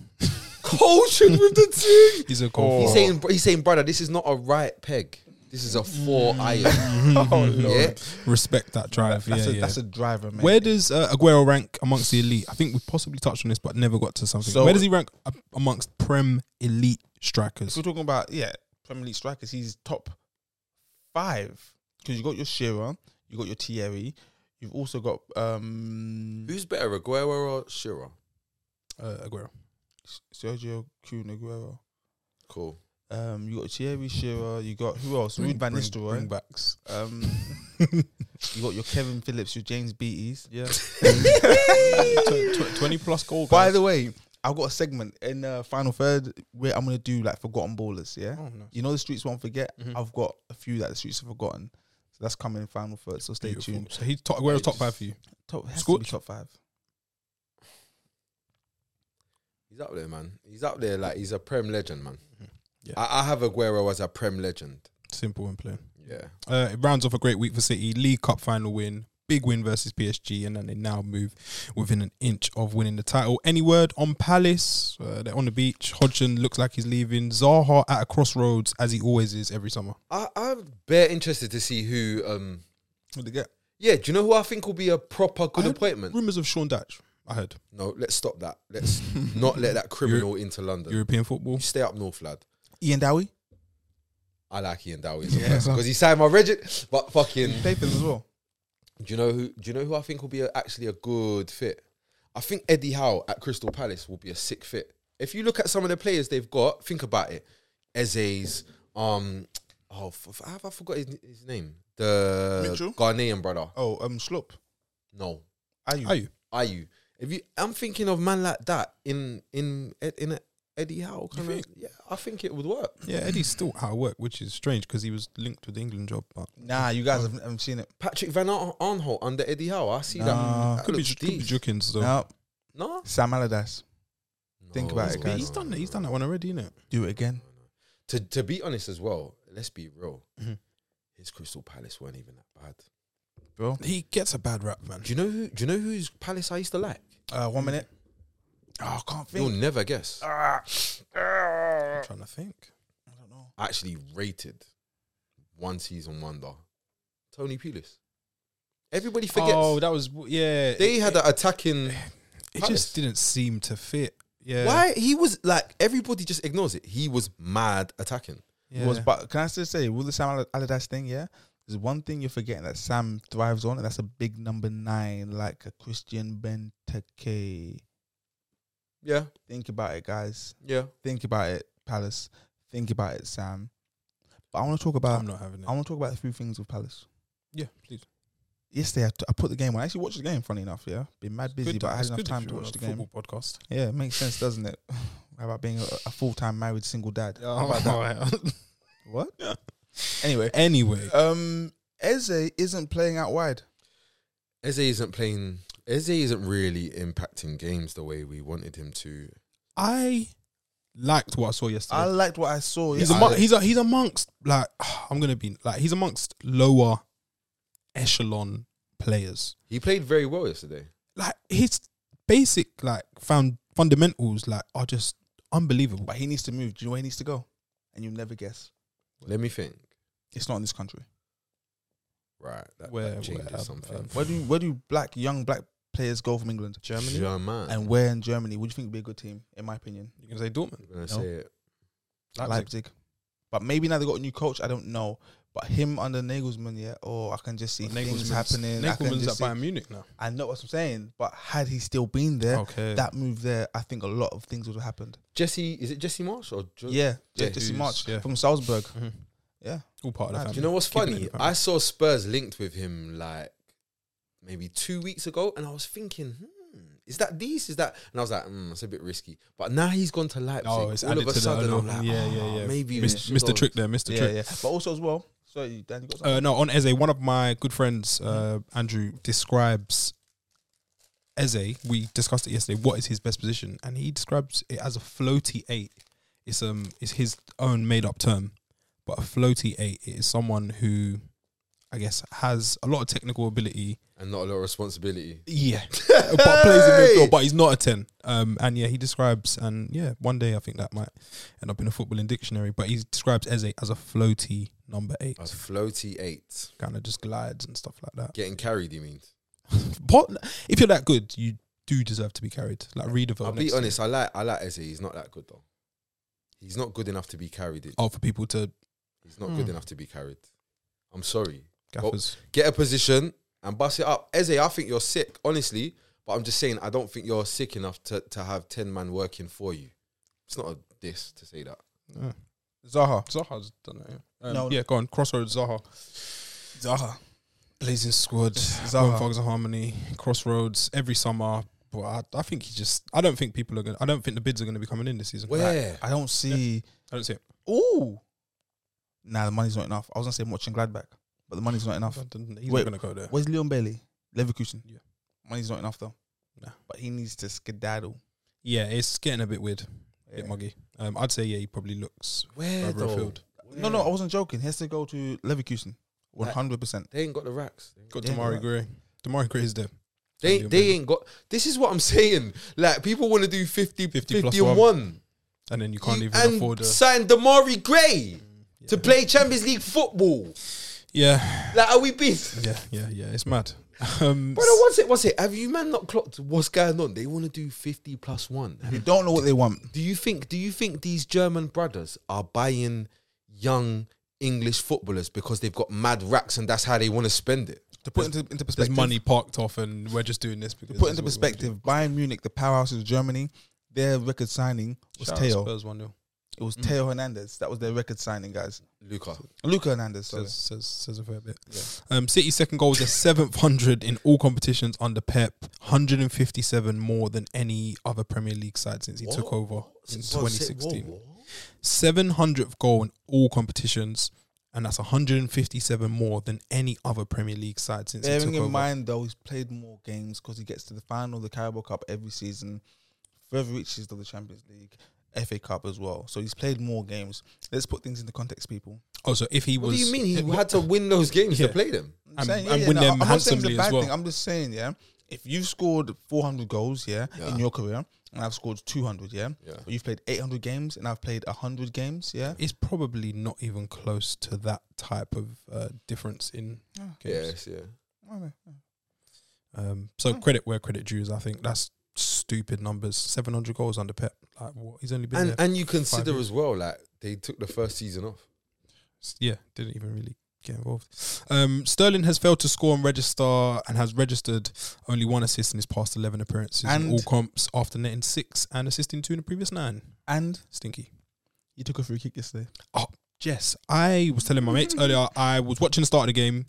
coaching with the team. He's a Oh. golfer. He's saying, he's saying, brother, this is not a right peg. This is a Mm. four iron. oh yeah, Respect that drive. That's, yeah, a, yeah. that's a driver, man. Where does uh, Aguero rank amongst the elite? I think we possibly touched on this, but never got to something. So- Where does he rank a- amongst Prem elite if strikers? we're talking about yeah, Premier League strikers, he's top five because you got your Shearer, you got your Thierry, you've also got um who's better, Aguero or Shearer? Uh, Aguero. Sergio Kun Aguero. Cool. Um, you got Thierry Shearer. You got who else? Ruud van bring Nistelrooy. backs. Um, you got your Kevin Phillips, your James Beatties. Yeah. Tw- tw- Twenty plus goal. By Guys. the way, I've got a segment in uh, final third where I'm gonna do like forgotten ballers. Yeah, Oh, no. you know the streets won't forget. Mhm. I've got a few that the streets have forgotten. So that's coming in final third. So stay Beautiful. tuned. So he's top, Aguero's top five for you. Top has to be Scorch. top five. He's up there, man. He's up there. Like he's a prem legend, man. Mhm. Yeah. I, I have Aguero as a prem legend. Simple and plain. Yeah. Uh, it rounds off a great week for City. League Cup final win, big win versus PSG, and then they now move within an inch of winning the title. Any word on Palace? Uh, they're on the beach. Hodgson looks like he's leaving. Zaha at a crossroads, as he always is every summer. I, I'm bare interested to see who. Um, What they get? yeah, do you know who I think will be a proper good I heard appointment? Rumours of Sean Dyche, I heard. no, let's stop that. Let's not let that criminal into London. European football. You stay up north, lad. Ian Dowie. I like Ian Dowie Yeah. because he signed my reg. But fucking, He played for them as well. do you know who? Do you know who I think will be a, actually a good fit? I think Eddie Howe at Crystal Palace will be a sick fit. If you look at some of the players they've got, think about it. Eze's, um, oh, f- f- have I forgot his, his name? The Mitchell? Ghanaian brother. Oh, um, Schlupp. No, Are you? Are you? are you? If you, I'm thinking of man like that in in Ed- in a Eddie Howe kind of. think? Yeah, I think it would work. Yeah, Eddie's still out of work, which is strange because he was linked with the England job. But Nah, you Oh. guys haven't, haven't seen it. Patrick Van Ar- Arnholt under Eddie Howe. I see Nah. that. that could, be, looks could be deep. joking still. No, No, Sam Allardyce. Think about He's- it, guys. Oh, He's done, he's done that one already, innit? Do it again. To to be honest as well, let's be real. Mm-hmm. Mhm. His Crystal Palace weren't even that bad. bro. He gets a bad rap, man. Do you know who? Do you know whose Palace I used to like? Uh, one minute. Oh, I can't You'll think. never guess. Ah, I'm ah. trying to think. I don't know. I actually rated one season wonder, Tony Pulis. Everybody forgets Oh, that was yeah. they it, had an attacking. it Palace. just didn't seem to fit. Yeah. Why he was like everybody just ignores it. He was mad attacking. Yeah. Was but can I still say with the Sam Alla- Allardyce thing? Yeah, there's one thing you're forgetting that Sam thrives on, and that's a big number nine, like a Christian Benteke. Yeah, Think about it, guys. yeah. Think about it, Palace. Think about it, Sam. But I want to talk about. I'm not having it. I want to talk about a few things with Palace. yeah, please. Yesterday, I, t- I put the game on. I actually watched the game. Funny enough, yeah, been mad busy, Good, but I had it's enough good time if to you're on watch a the game. Football podcast. Yeah, it makes sense, doesn't it? How about being a, a full-time married single dad? How about that? Alright. What? Anyway, anyway, um, Eze isn't playing out wide. Eze isn't playing. Eze isn't really impacting games the way we wanted him to. I liked what I saw yesterday. I liked what I saw. he's yeah, among, I- he's a, he's amongst like I'm gonna be like he's amongst lower echelon players. He played very well yesterday. Like his basic like found fundamentals like are just unbelievable. but he needs to move. Do you know where he needs to go? And you'll never guess. Let me think. It's not in this country. Right, that, that Where- changes where, um, something. um, Where do where do black young black players go from England? Germany? German. And where in Germany would you think would be a good team? In my opinion, You can say Dortmund. I'm gonna say it. Leipzig. But maybe now they got a new coach. I don't know. But him under Nagelsmann, yeah. Oh, I can just see things happening. I, can Nagelsmann's just at see, Bayern Munich now. I know what I'm saying. But had he still been there, Okay. that move there, I think a lot of things would have happened. Jesse, is it Jesse Marsh or jo- Yeah, yeah, Yeah, Jesse who's- March yeah. from Salzburg. Mhm. Yeah. All part of Do the family. Do you know what's Keeping it funny? in the family. I saw Spurs linked with him like maybe two weeks ago, and I was thinking, hmm, is that these? Is that? And I was like, mm, it's a bit risky. But now he's gone to Leipzig. Oh, it's All added of a to the sudden, other- I'm like, yeah, "Ah, yeah, yeah. Maybe we Mis- should Mr. go." Trick there, Mr. Yeah, Trick. yeah. But also as well, sorry, Dan, you got something? Uh, no, on Eze, one of my good friends, uh, Mm-hmm. Andrew, describes Eze. We discussed it yesterday. What is his best position? And he describes it as a floaty eight. It's um, it's his own made up term, but a floaty eight is someone who, I guess, has a lot of technical ability. and not a lot of responsibility. Yeah, but plays in Hey! midfield, but he's not a ten. Um, and yeah, he describes and yeah, one day I think that might end up in a footballing dictionary. But he describes Eze as a floaty number eight, A floaty eight, kind of just glides and stuff like that. getting carried. You mean? But if you're that good, you do deserve to be carried. Like read I'll be honest. I like I like Eze. He's not that good though. He's not good enough to be carried. Oh, for people to He's not good Hmm. enough to be carried. I'm sorry. gaffers. get a position and bust it up. Eze, I think you're sick, honestly. But I'm just saying, I don't think you're sick enough to, to have 10 man working for you. It's not a diss to say that. Yeah. Zaha. Zaha's done it. Yeah. Um, No. yeah, go on. Crossroads Zaha. Zaha. Blazing squad. Zaha. Zaha. Fogs of Harmony. Crossroads. Every summer. But I, I think he just. I don't think people are going. to I don't think the bids are going to be coming in this season. Where? I don't see. I don't see it. Ooh, nah, the money's not enough. I was gonna say I'm watching Gladbach, but the money's not enough. I don't- He's Wait, not going to go there. Where's Leon Bailey? Leverkusen. Yeah. money's not enough though. Nah. but he needs to skedaddle. Yeah, it's getting a bit weird, a bit Yeah. muggy. Um, I'd say yeah, he probably looks Where further though? afield. No, no, I wasn't joking. He has to go to Leverkusen. One hundred percent. They ain't got the racks. Got Yeah, Damari right. Gray. Damari Gray is there. They Leon they Bailey. ain't got. This is what I'm saying. Like people want to do 50, 50 50, plus and one. one. and then you can't You- even and afford. A, Mm, sign Damari Gray to play Champions League football. yeah, Like are we being? yeah, yeah, yeah. It's mad. Um, Brother, uh, what's it? What's it? Have you man not clocked what's going on? They want to do fifty plus one. Hmm. They don't know what they want. Do you think? Do you think these German brothers are buying young English footballers because they've got mad racks and that's how they want to spend it? To put into, into there's perspective, money parked off, and we're just doing this because Put this into is what we wanna do. perspective, Bayern Munich, the powerhouse of Germany, their record signing was Shout out Teo. Spurs Hmm. one 0 It was Teo Hernandez. That was their record signing, guys. Luca, Luca Hernandez. Sorry. says, says says a fair bit. Um, City's second goal was their seventh hundred in all competitions under Pep, 157 more than any other Premier League side since he took over in 2016. 700th goal in all competitions, and that's 157 more than any other Premier League side since he Bearing took in over. mind, though, he's played more games because he gets to the final, the Carabao Cup every season, further reaches of the Champions League, FA Cup as well. So he's played more games. Let's put things into context, people. oh, so if he What was, do you mean he had to win those games Yeah. to play them? I'm And- saying, yeah, and yeah, win no, them I'm not saying handsomely it's a as bad well. thing. I'm just saying, yeah, if you've scored 400 goals, yeah, in your career, and I've scored 200, yeah, Yeah. but you've played 800 games and I've played 100 games, yeah, It's probably not even close to that type of uh, difference in Yeah. games. Yes, yeah. Um, so Hmm. credit where credit due is. I think that's stupid numbers. 700 goals under Pep. Like what? He's only been And there. and you Five consider years. as well, like they took the first season off. yeah, didn't even really get involved. Um, Sterling has failed to score and register and has registered only one assist in his past 11 appearances in And- all comps after netting six and assisting two in the previous nine. and Stinky. you took a free kick yesterday. Oh, Jess, I was telling my mates earlier, I was watching the start of the game.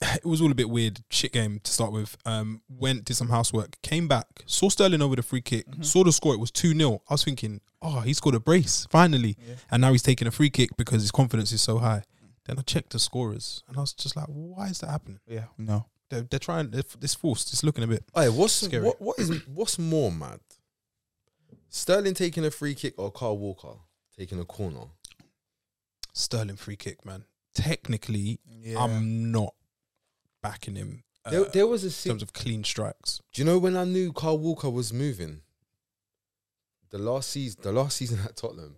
It was all a bit weird, shit game to start with. Um, went, did some housework, came back, saw Sterling over the free kick, saw the score, it was 2 0. I was thinking, oh, he scored a brace, finally. And now he's taking a free kick because his confidence is so high. Then I checked the scorers and I was just like, why is that happening? Yeah, no, They're, they're trying, they're, it's forced, it's looking a bit. Hey, what's Scary. what what is what's more mad? Sterling taking a free kick or Carl Walker taking a corner? Sterling free kick, man. Technically, yeah, I'm not backing him uh, there, there was a in si- terms of clean strikes. Do you know when I knew Carl Walker was moving? The last season, the last season at Tottenham,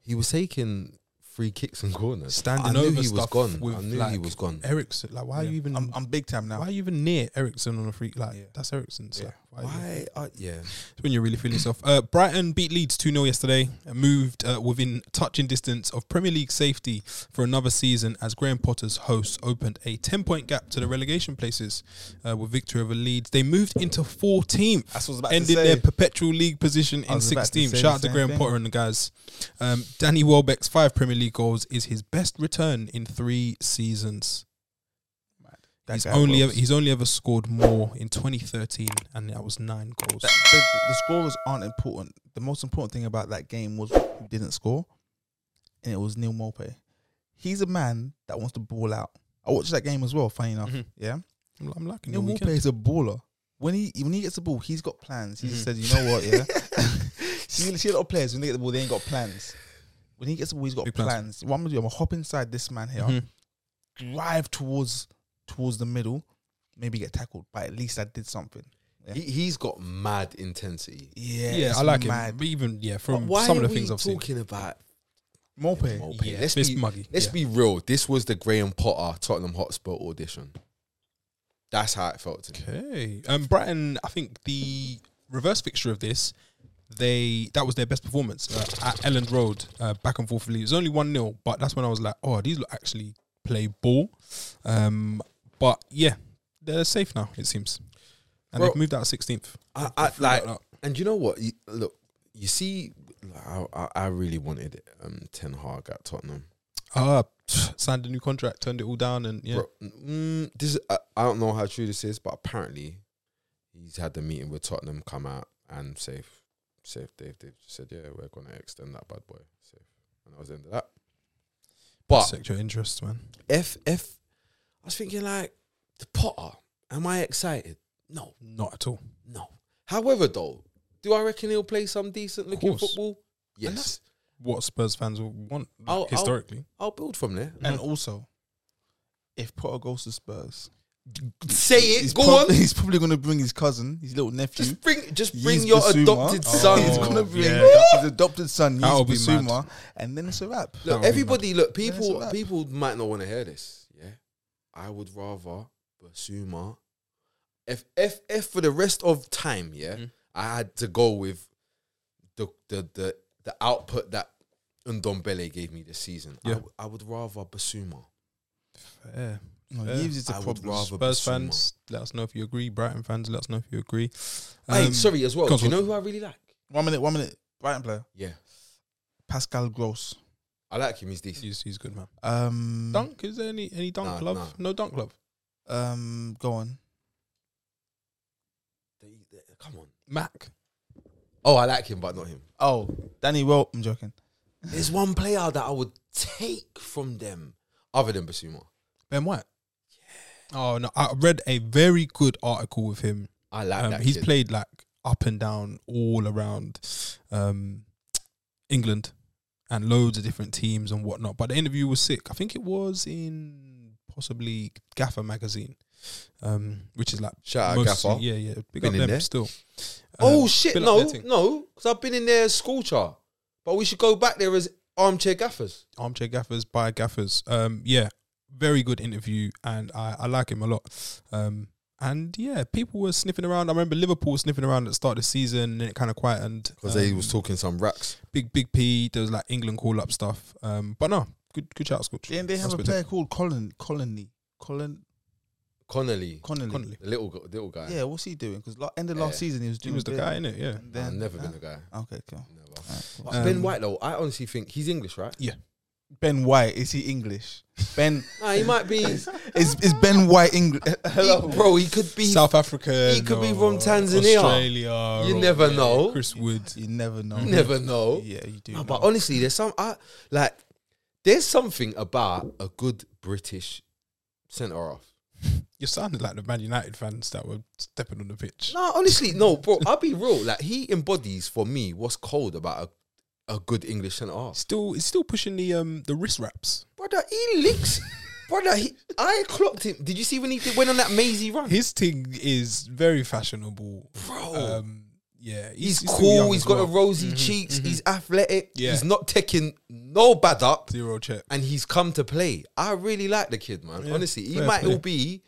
he was taking free kicks and corners. standing I knew over he was stuff gone. With, I knew like, he was gone. Ericsson, like why are you Yeah. even? I'm, I'm big time now. why are you even near Ericsson on a free? Like Yeah. that's Ericsson. Yeah. Like, why? are you- Why? Uh, yeah, It's when you're really feeling yourself. Uh, Brighton beat Leeds two 0 yesterday. and Moved uh, within touching distance of Premier League safety for another season as Graham Potter's hosts opened a ten point gap to the relegation places uh, with victory over Leeds. They moved into 14th. That's what I was about to ended say. their perpetual league position I in was about to 16th. say Shout the out to same Graham thing. Potter and the guys. Um, Danny Welbeck's five Premier League goals is his best return in three seasons. That he's guy only Wilkes. ever, he's only ever scored more in 2013, and that was nine goals. That- the, the- the scores aren't important. The most important thing about that game was who didn't score, and it was Neil Mope. He's a man that wants to ball out. I watched that game as well. Funny enough, Mhm. yeah. I'm, I'm liking Neil the Mope weekend. is a baller. When he when he gets the ball, he's got plans. He just Mhm. said, "You know what? Yeah." see, see a lot of players when they get the ball, they ain't got plans. When he gets the ball, he's got Big plans. plans. What I'm gonna do? I'm gonna hop inside this man here, Mhm. drive towards towards the middle, maybe get tackled, but at least I did something. Yeah. He, he's got mad intensity. Yeah, Yeah, it's I like mad. him. But even yeah, But from why some are of the we things I've seen, talking about? Mope. Mope? Yeah, let's it's be muggy. let's Yeah. be real. This was the Graham Potter Tottenham Hotspur audition. That's how it felt to me. Okay. Um, Brighton, I think the reverse fixture of this, they that was their best performance uh, at Elland Road, uh, back and forth. for Leeds. It was only one 0 but that's when I was like, oh, these look actually play ball. Um, but yeah, they're safe now it seems, and Bro- they've moved out sixteenth. I, I like, and you know what? You, look, you see, like, I, I, I really wanted um, Ten Hag at Tottenham. Ah, signed a new contract, turned it all down, and yeah, Bro, mm, this is, I, I don't know how true this is, but apparently he he's had the meeting with Tottenham come out and safe, safe Dave. They've just said, yeah, we're gonna extend that bad boy safe, and that was the end of that. But Sexual interest, man. if if I was thinking like the Potter, am I excited? No, Not at all. no. However, though, do I reckon he'll play some decent looking Of course. football? Yes, What Spurs fans will want like, I'll- I'll- historically. I'll build from there. And also, if Potter goes to Spurs, Say he's it. Go prob- on. he's probably going to bring his cousin, his little nephew. Just bring, just He's bring your Basuma. adopted Oh, son. He's gonna Oh, bring yeah. his adopted son. He's That'll be mad. Basuma, and then it's a wrap. That would Look, be everybody, look, Yeah, it's people, a wrap. people might not want to hear this. Yeah, I would rather Basuma. If if if for the rest of time, yeah, Mm. I had to go with the the the the output that Ndombele gave me this season. I Yeah. w- I, would rather Basuma. Yeah. No, Yeah. Yves is a I would problem. rather Spurs Basuma. fans, let us know if you agree. Brighton fans, let us know if you agree. hey, Um, sorry as well. go Do on, you go know who I really like? One minute, one minute. Brighton player Yeah, Pascal Gross. I like him. He's decent. He's, he's good, man. Um, Dunk? Is there any, any dunk Mm. Nah, love? nah. No dunk love. Um, go on. They- they- Come on. Mac. Oh, I like him, but not him. Oh, Danny. Well, I'm joking. There's one player that I would take from them, other than Basuma. Ben White. Oh no! I read a very good article with him. I like Um, that. he's kid. played like up and down all around um, England and loads of different teams and whatnot. But the interview was sick. I think it was in possibly Gaffer magazine, um, which is like Shout out most- Uh, Gaffer. Yeah, yeah. Big Been up in them there. still. Oh Um, shit! big up No, their team. no, because I've been in their school chart. But we should go back there as armchair gaffers. armchair gaffers by gaffers. Um, yeah, very good interview, and I, I like him a lot. Um, and yeah, people were sniffing around. I remember Liverpool sniffing around at the start of the season, and then it kind of quietened um, talking some racks. big, big P. There was like England call up stuff. Um, but no, good, good shout, Scotch. Then they have That's a what player called Colin Colony Colin Connolly, Connolly. Connolly. the little gu- little guy. Yeah, what's he doing? Because end of last Yeah. season he was He doing. was the bit. guy in it, yeah. And Nah, then- never been Nah. a guy. Okay, cool. Never. Alright, cool. But ben Um, White though, I honestly think he's English, right? Ben White is he English? Ben Nah, he might be. is is Ben White English? Hello, he- bro. He could be. South Africa. he could be from Tanzania. Australia. You or- never yeah, know. Chris Wood. You never know. you never know. Yeah, you do. Nah, know. but honestly, there's some I, like. There's something about a good British centre off. You sounded like the Man United fans that were stepping on the pitch. No, honestly, no, bro. I'll be real. Like he embodies for me what's cold about a, a good English centre half. Still, it's still pushing the um the wrist wraps. Brother, he licks. brother, he, I clocked him. Did you see when he did, went on that mazy run? His thing is very fashionable. bro, Um, yeah, he's, still cool. young He's as got well. Mm-hmm, a rosy cheeks. He's athletic. Yeah. He's not taking no bad up, zero check. and he's come to play. I really like the kid, man. Yeah. Honestly, he Fair might play. all be.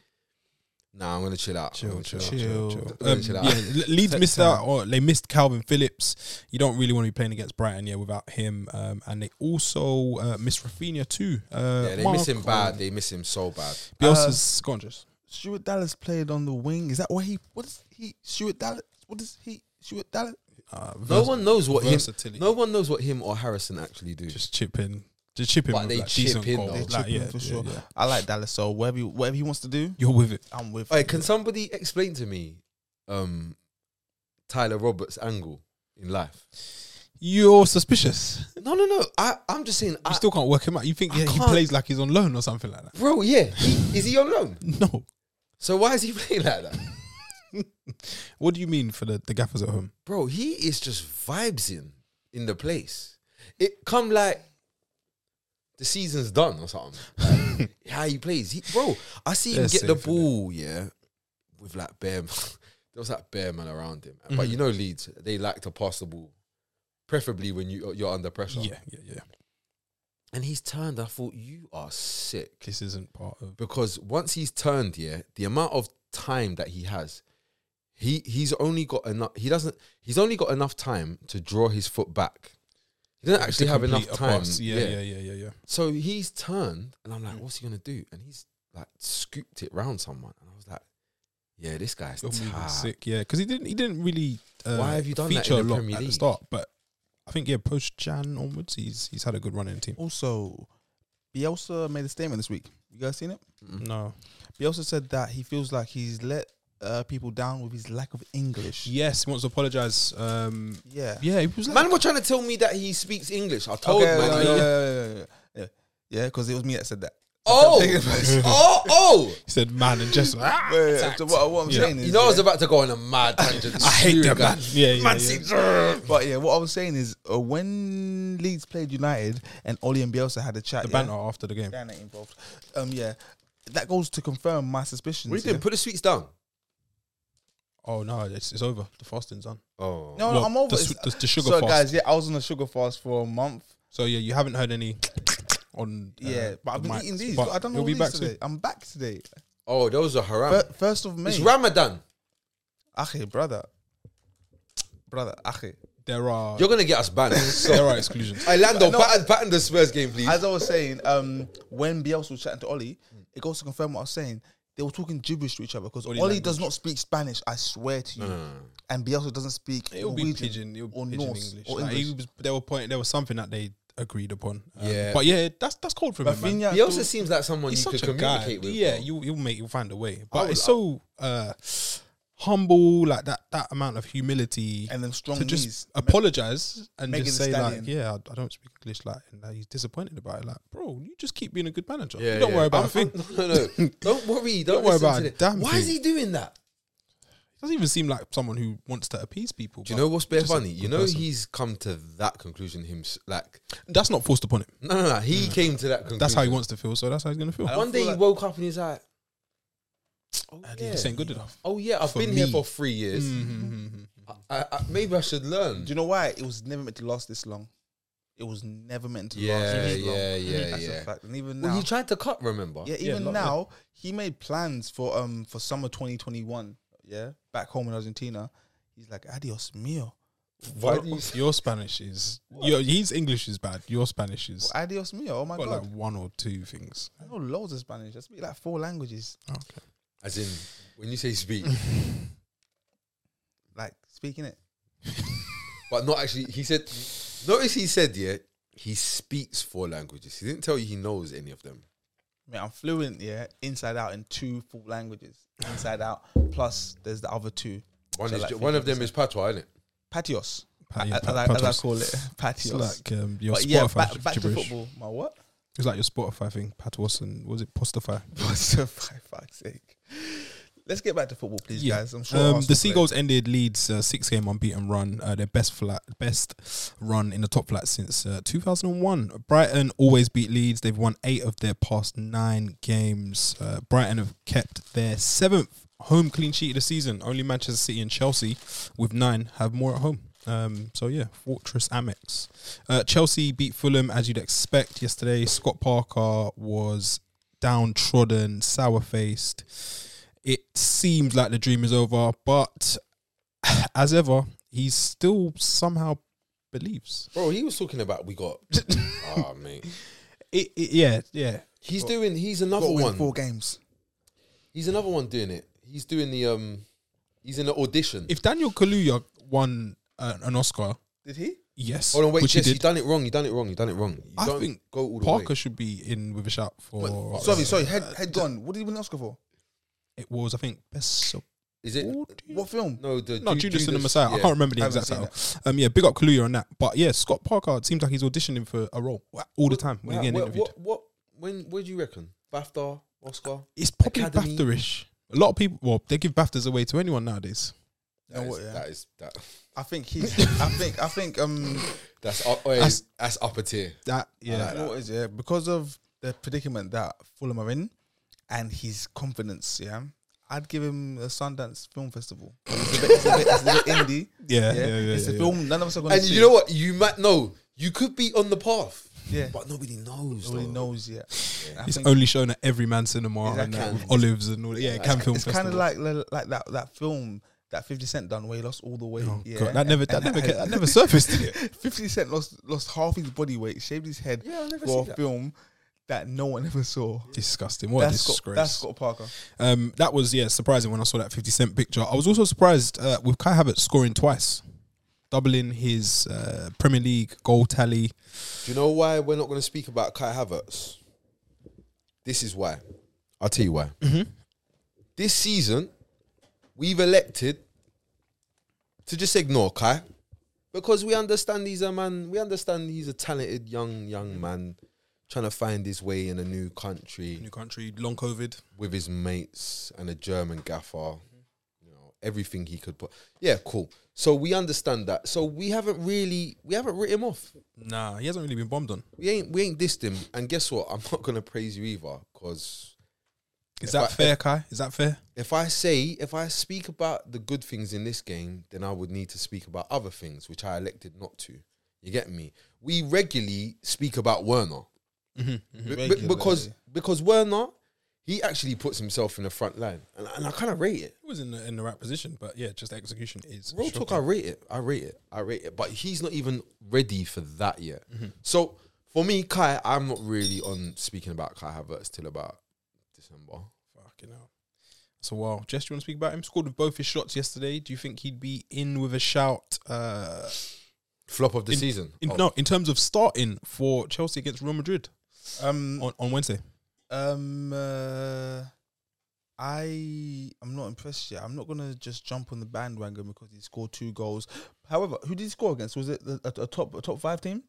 Nah, I'm gonna chill out. I'm Chill, gonna chill, out. chill, chill. chill. Don't Um, chill out. yeah, Le- Leeds missed out, or they missed Calvin Phillips. You don't really want to be playing against Brighton, yeah, without him. Um, and they also uh, miss Rafinha too. Uh, Yeah, they miss him bad. Uh, They miss him so bad. Bielsa's gorgeous. Stuart Dallas played on the wing. Is that why he? What is he? Stuart Dallas. What is he? Stuart Dallas. Uh, No vers- one knows what him. versatility. No one knows what him or Harrison actually do. just chip in, just chip in. But with, they like, chip decent in, goals. though. They Like, chip in yeah, for yeah, sure. yeah. I like Dallas. So whatever, he- whatever he wants to do, You're with it. I'm with. Hey, can somebody explain to me um, Tyler Roberts' angle in life? You're suspicious. No, no, no. I, I'm just saying, I, You still can't work him out. You think I yeah, he can't- plays like he's on loan or something like that? bro. Yeah, he, is he on loan? No. So why is he playing like that, What do you mean for the, the gaffers at home? bro? He is just vibes in in the place. It come like the season's done or something. Like, how he plays, he, bro. I see him They're get the safe, innit? ball, yeah, with like bear. there was that bear man around him, Mm-hmm. but you know Leeds, they like to pass the ball, preferably when you you're under pressure. Yeah, yeah, yeah. And he's turned. I thought you are sick This isn't part of. because once he's turned, yeah, the amount of time that he has, he he's only got enough. He doesn't. He's only got enough time to draw his foot back. He doesn't actually to have enough complete a time. pass. Yeah, yeah, yeah, yeah, yeah. So he's turned, and I'm like, what's he gonna do? And he's like scooped it round someone, and I was like, yeah, this guy's Still moving tired. sick, yeah, because he didn't. He didn't really. Uh, Why have you done that in feature a the lot Premier at the League? start? But I think yeah, post Jan onwards, he's he's had a good run in the team. Also, Bielsa made a statement this week. You guys seen it? Mm. No, Bielsa said that he feels like he's let uh, people down with his lack of English. Yes, he wants to apologize. Um, Yeah. yeah, he was like, Man, were trying to tell me that he speaks English. I told Okay, man. yeah, I- yeah, yeah, yeah, yeah, yeah. Yeah, because it was me that said that. Oh, Take it back. oh, oh! he said, man, and just ah, Yeah, yeah, attacked. so what, what I'm Yeah. saying is, You know, I was yeah, about to go on a mad tangent. I hate that man. Yeah, yeah, Man yeah. City. but yeah, what I was saying is uh, when Leeds played United and Oli and Bielsa had a chat, The yeah, banter after the game. Dan ain't involved. Um, yeah, that goes to confirm my suspicions. What are you doing? yeah. Put the sweets down. Oh no, it's, it's over. The fasting's on. Oh, No, Well, no, I'm over. the, it. su- the, the sugar Sorry, fast. guys. Yeah, I was on a sugar fast for a month. So yeah, you haven't heard any on. uh, Yeah, but I've the been mics, eating these. but I don't know You'll what be these back today. soon. I'm back today. oh, those are haram. Fir- First of May. It's Ramadan. Ache, brother. Brother, ache. There are You're gonna get us banned. there So, are exclusions. hey, Lando, No. pattern, pattern the Spurs game, please. As I was saying, um, when Bielsa was chatting to Oli, it goes to confirm what I was saying. They were talking gibberish to each other because Oli, Oli does not speak Spanish. I swear to you, and Bielsa doesn't speak It'll be Norwegian pigeon. It'll be or pigeon Norse English. or Like, English. he was, there were point. There was something that they agreed upon. Um, Yeah. but yeah, that's that's cold for him, man. Rafinha He also thought- seems like someone He's you could such a guy. communicate with. yeah, bro. you you'll make you'll find a way. I But would- it's so uh, humble, like that that amount of humility. and then strong to just knees. apologize and Megan just Thee say like, Stallion. yeah, I, I don't speak English, like, and like, he's disappointed about it. Like, bro, you just keep being a good manager. Yeah, you don't yeah. worry about a I'm- thing. I'm- No, no, don't worry. Don't, worry listen about to a it. damn Why thing. is he doing that? Doesn't even seem like someone who wants to appease people. Do you but know what's bare just a funny? You good know person. he's come to that conclusion himself. Like, that's not forced upon him. no, no, no. He came to that conclusion. That's how he wants to feel. So that's how he's gonna feel. I don't One day feel he like- woke up and he's like, "Oh At least yeah, This ain't good enough. Mm-hmm, oh yeah, I've for been here me." Mm. for three years. I, I, I- maybe I should learn." Do you know why it was never meant to last this long? It was never meant to Yeah, last this long. yeah, yeah, That's yeah. a fact. And even now, Well, he tried to cut. Remember? yeah, Yeah, even lot- now, he made plans for um for summer 2021. Yeah, back home in Argentina, he's like, "Adios mio, Why do you? Your Spanish is your his English is bad. Your Spanish is adios mio." Oh my got god, like one or two things. I know loads of Spanish. I speak like four languages. Okay. As in, when you say speak, Like speaking it. but not actually. He said, "Notice he said, yeah, he speaks four languages. He didn't tell you he knows any of them. Man, I'm fluent, yeah, inside out in two full languages. Inside out, plus there's the other two. One, So is, like ju- one of them is patois, isn't it? Patios, Pa- yeah, as, pa- I, as I patos. call it, It's patios. like um, your but Spotify yeah, back, back to gibberish. football. My what? It's like your Spotify thing. Patos and what was it Postify? What's the for fuck's sake? Let's get back to football, please, Yeah. guys. I'm sure Um, Arsenal the Seagulls ended Leeds' uh, six-game unbeaten run, uh, their best flat, best run in the top flat since uh, 2001. Brighton always beat Leeds. They've won eight of their past nine games. Uh, Brighton have kept their seventh home clean sheet of the season. Only Manchester City and Chelsea, with nine, have more at home. Um, so yeah, Fortress Amex. Uh, Chelsea beat Fulham as you'd expect yesterday. Scott Parker was downtrodden, sour faced. It seems like the dream is over, but as ever, he still somehow believes. Bro, he was talking about we got. oh, mate. It, it- yeah, yeah. He's doing. He's got another to win one. four games. He's another one doing it. He's doing the um. He's in the audition. If Daniel Kaluuya won uh, an Oscar, Did he? yes, Hold on, wait, which Jess, he you did. done it wrong. You done it wrong. You done it wrong. You I don't think go all the Parker way. should be in with a shout for. uh, sorry, sorry. Head, head gone. What did he win an Oscar for? It was, I think, best Is it supporting. What film? no the No, Ju- Judas, and the Messiah. I yeah. can't remember the I haven't exact seen title. Um, yeah, big up Kaluuya on that. But yeah, Scott Parker it seems like he's auditioning for a role all the time when Wha- he's getting wha- interviewed. What, what, when? Where do you reckon? BAFTA, Oscar. It's probably Academy? BAFTA-ish. A lot of people, well, they give BAFTAs away to anyone nowadays. No, That is- what, yeah. That is that. I think he's. I think. I think. Um. That's up, oi, That's- that's, upper tier. That yeah, you know what it is, yeah, because of the predicament that Fulham are in, and his confidence. Yeah, I'd give him a Sundance Film Festival. It's a bit, it's a bit, it's a bit indie. yeah, yeah, Yeah, yeah. yeah, it's a yeah. film none of us are going to And see. you know what? You might know. You could be on the path, Yeah, but nobody knows. nobody though. knows yet. I It's think only shown at every man cinema Is that and uh, Cannes? with olives and all. that. Yeah, Cannes Film it's Festival. kind of like like that that film that Fifty Cent done where he lost all the weight. Oh, yeah, God, that never, and- that and never, had- ca- that never surfaced. Did it? 50 Cent lost lost half his body weight, shaved his head Yeah, I've never for seen a that. film that no one ever saw. Disgusting. What a that's disgrace. Scott, that's Scott Parker. Um, that was yeah surprising when I saw that Fifty Cent picture. I was also surprised uh, with Kai Havertz scoring twice, doubling his uh, Premier League goal tally. Do you know why we're not going to speak about Kai Havertz? This is why. I'll tell you why. This season, we've elected to just ignore Kai because we understand he's a man. We understand he's a talented young young man trying to find his way in a new country New country, long COVID. with his mates and a German gaffer. You know everything he could put. Yeah, cool. So we understand that. So we haven't really we haven't written him off. Nah, he hasn't really been bombed on. We ain't we ain't dissed him. And guess what? I'm not gonna praise you either because Is If that I- fair, Kai? Is that fair? if I say, if I speak about the good things in this game, then I would need to speak about other things, which I elected not to. You get me? We regularly speak about Werner B- b- because Mm-hmm, Regularly. because Werner, he actually puts himself in the front line, and, and I kind of rate it. He was in the, in the right position, but yeah, just execution is. Real talk, I shocking. rate it. I rate it. I rate it. But he's not even ready for that yet. So for me, Kai, I'm not really on speaking about Kai Havertz till about December. Fucking hell. So, wow. Jess, do you want to speak about him? Scored with both his shots yesterday. Do you think he'd be in with a shout? Uh, Flop of the season. in, Oh, No, in terms of starting for Chelsea against Real Madrid Um, on, on Wednesday. Um, uh, I I'm not impressed yet. I'm not gonna just jump on the bandwagon because he scored two goals. However, who did he score against? Was it the, a, a top a top five team?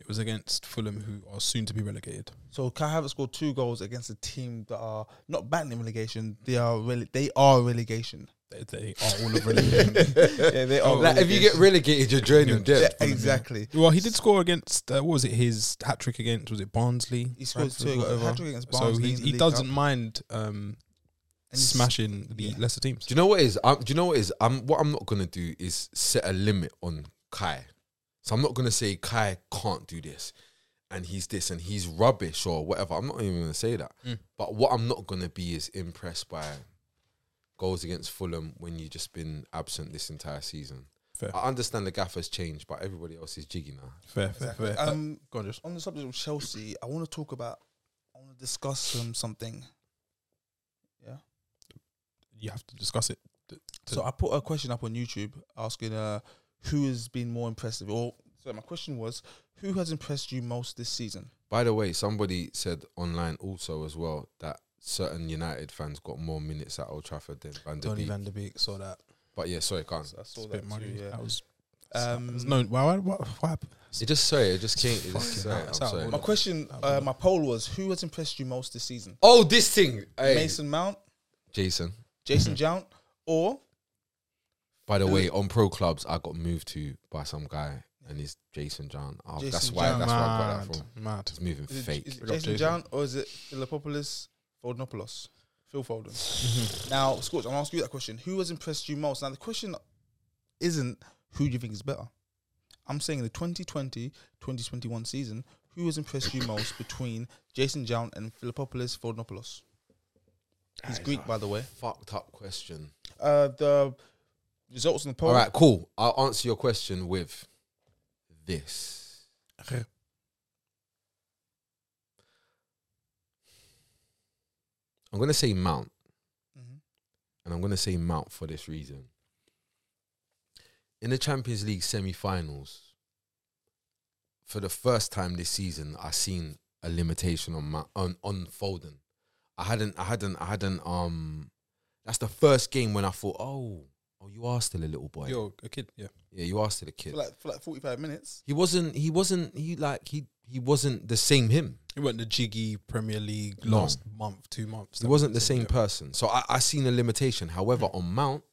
It was against Fulham, who are soon to be relegated. So Kai Havertz scored two goals against a team that are not battling relegation. They are rele- they are relegation. They, they are all of relegated. yeah, they are. Oh, Like if you get relegated, you're draining relegation. dead. yeah, exactly. well, he did score against, uh, what was it, his hat trick against, was it Barnsley? He scored Bradford, two whatever. hat-trick against So Barnsley he, in the he League doesn't Cup. mind um, And he's- smashing the yeah. lesser teams. Do you know what is? Um, do you know what is? I'm what I'm not gonna do is set a limit on Kai. So I'm not gonna say Kai can't do this, and he's this, and he's rubbish or whatever. I'm not even gonna say that. Mm. But what I'm not gonna be is impressed by goals against Fulham when you've just been absent this entire season. Fair. I understand the gaffer's changed, but everybody else is jiggy now. Fair, fair, Exactly. fair. Um, Um, go on, just. on the subject of Chelsea, I want to talk about. I want to discuss um, something. You have to discuss it. So I put a question up on YouTube asking uh, who has been more impressive. Or so my question was, who has impressed you most this season? By the way, somebody said online also as well that certain United fans got more minutes at Old Trafford than Van der Donny Beek. Van de Beek saw that. But yeah, sorry, can't. I saw It's a bit muddy. That was. Um, Um, no, why, why, why, why happened? It just sorry, it just came. It just, Fucking sorry, hell, I'm it's out of sorry. order. My question, uh, my poll was, who has impressed you most this season? Oh, this thing, hey, Mason Mount, Jason. Jason Jount, or By the way, on pro clubs, I got moved to by some guy, and it's Jason John. Oh, Jason that's why. John. That's where I got that from. Mad. It's moving is it, fake. is it Big up Jason Jason. Jount, or is it Philopoulos Fodenopoulos? Phil Foden. Now, Scorch, I'm asking you that question. Who has impressed you most? Now, the question isn't who do you think is better. I'm saying the 2020 2021 season, who has impressed you most between Jason Jount and Philopoulos Fodenopoulos? That He's is Greek, a by the way. Fucked up question. Uh, the results in the poll. All right, cool. I'll answer your question with this. I'm gonna say Mount, Mhm. and I'm gonna say Mount for this reason. In the Champions League semi-finals, for the first time this season, I seen a limitation on my on on Foden. I hadn't, I hadn't, I hadn't. Um, that's the first game when I thought, oh, oh, you are still a little boy. You're a kid, yeah. Yeah, you are still a kid. For like, for like 45 minutes. he wasn't. He wasn't. He like he he wasn't the same him. He went the jiggy Premier League No. last month, two months. He wasn't the same person. So I, I seen a limitation. However, on Mount,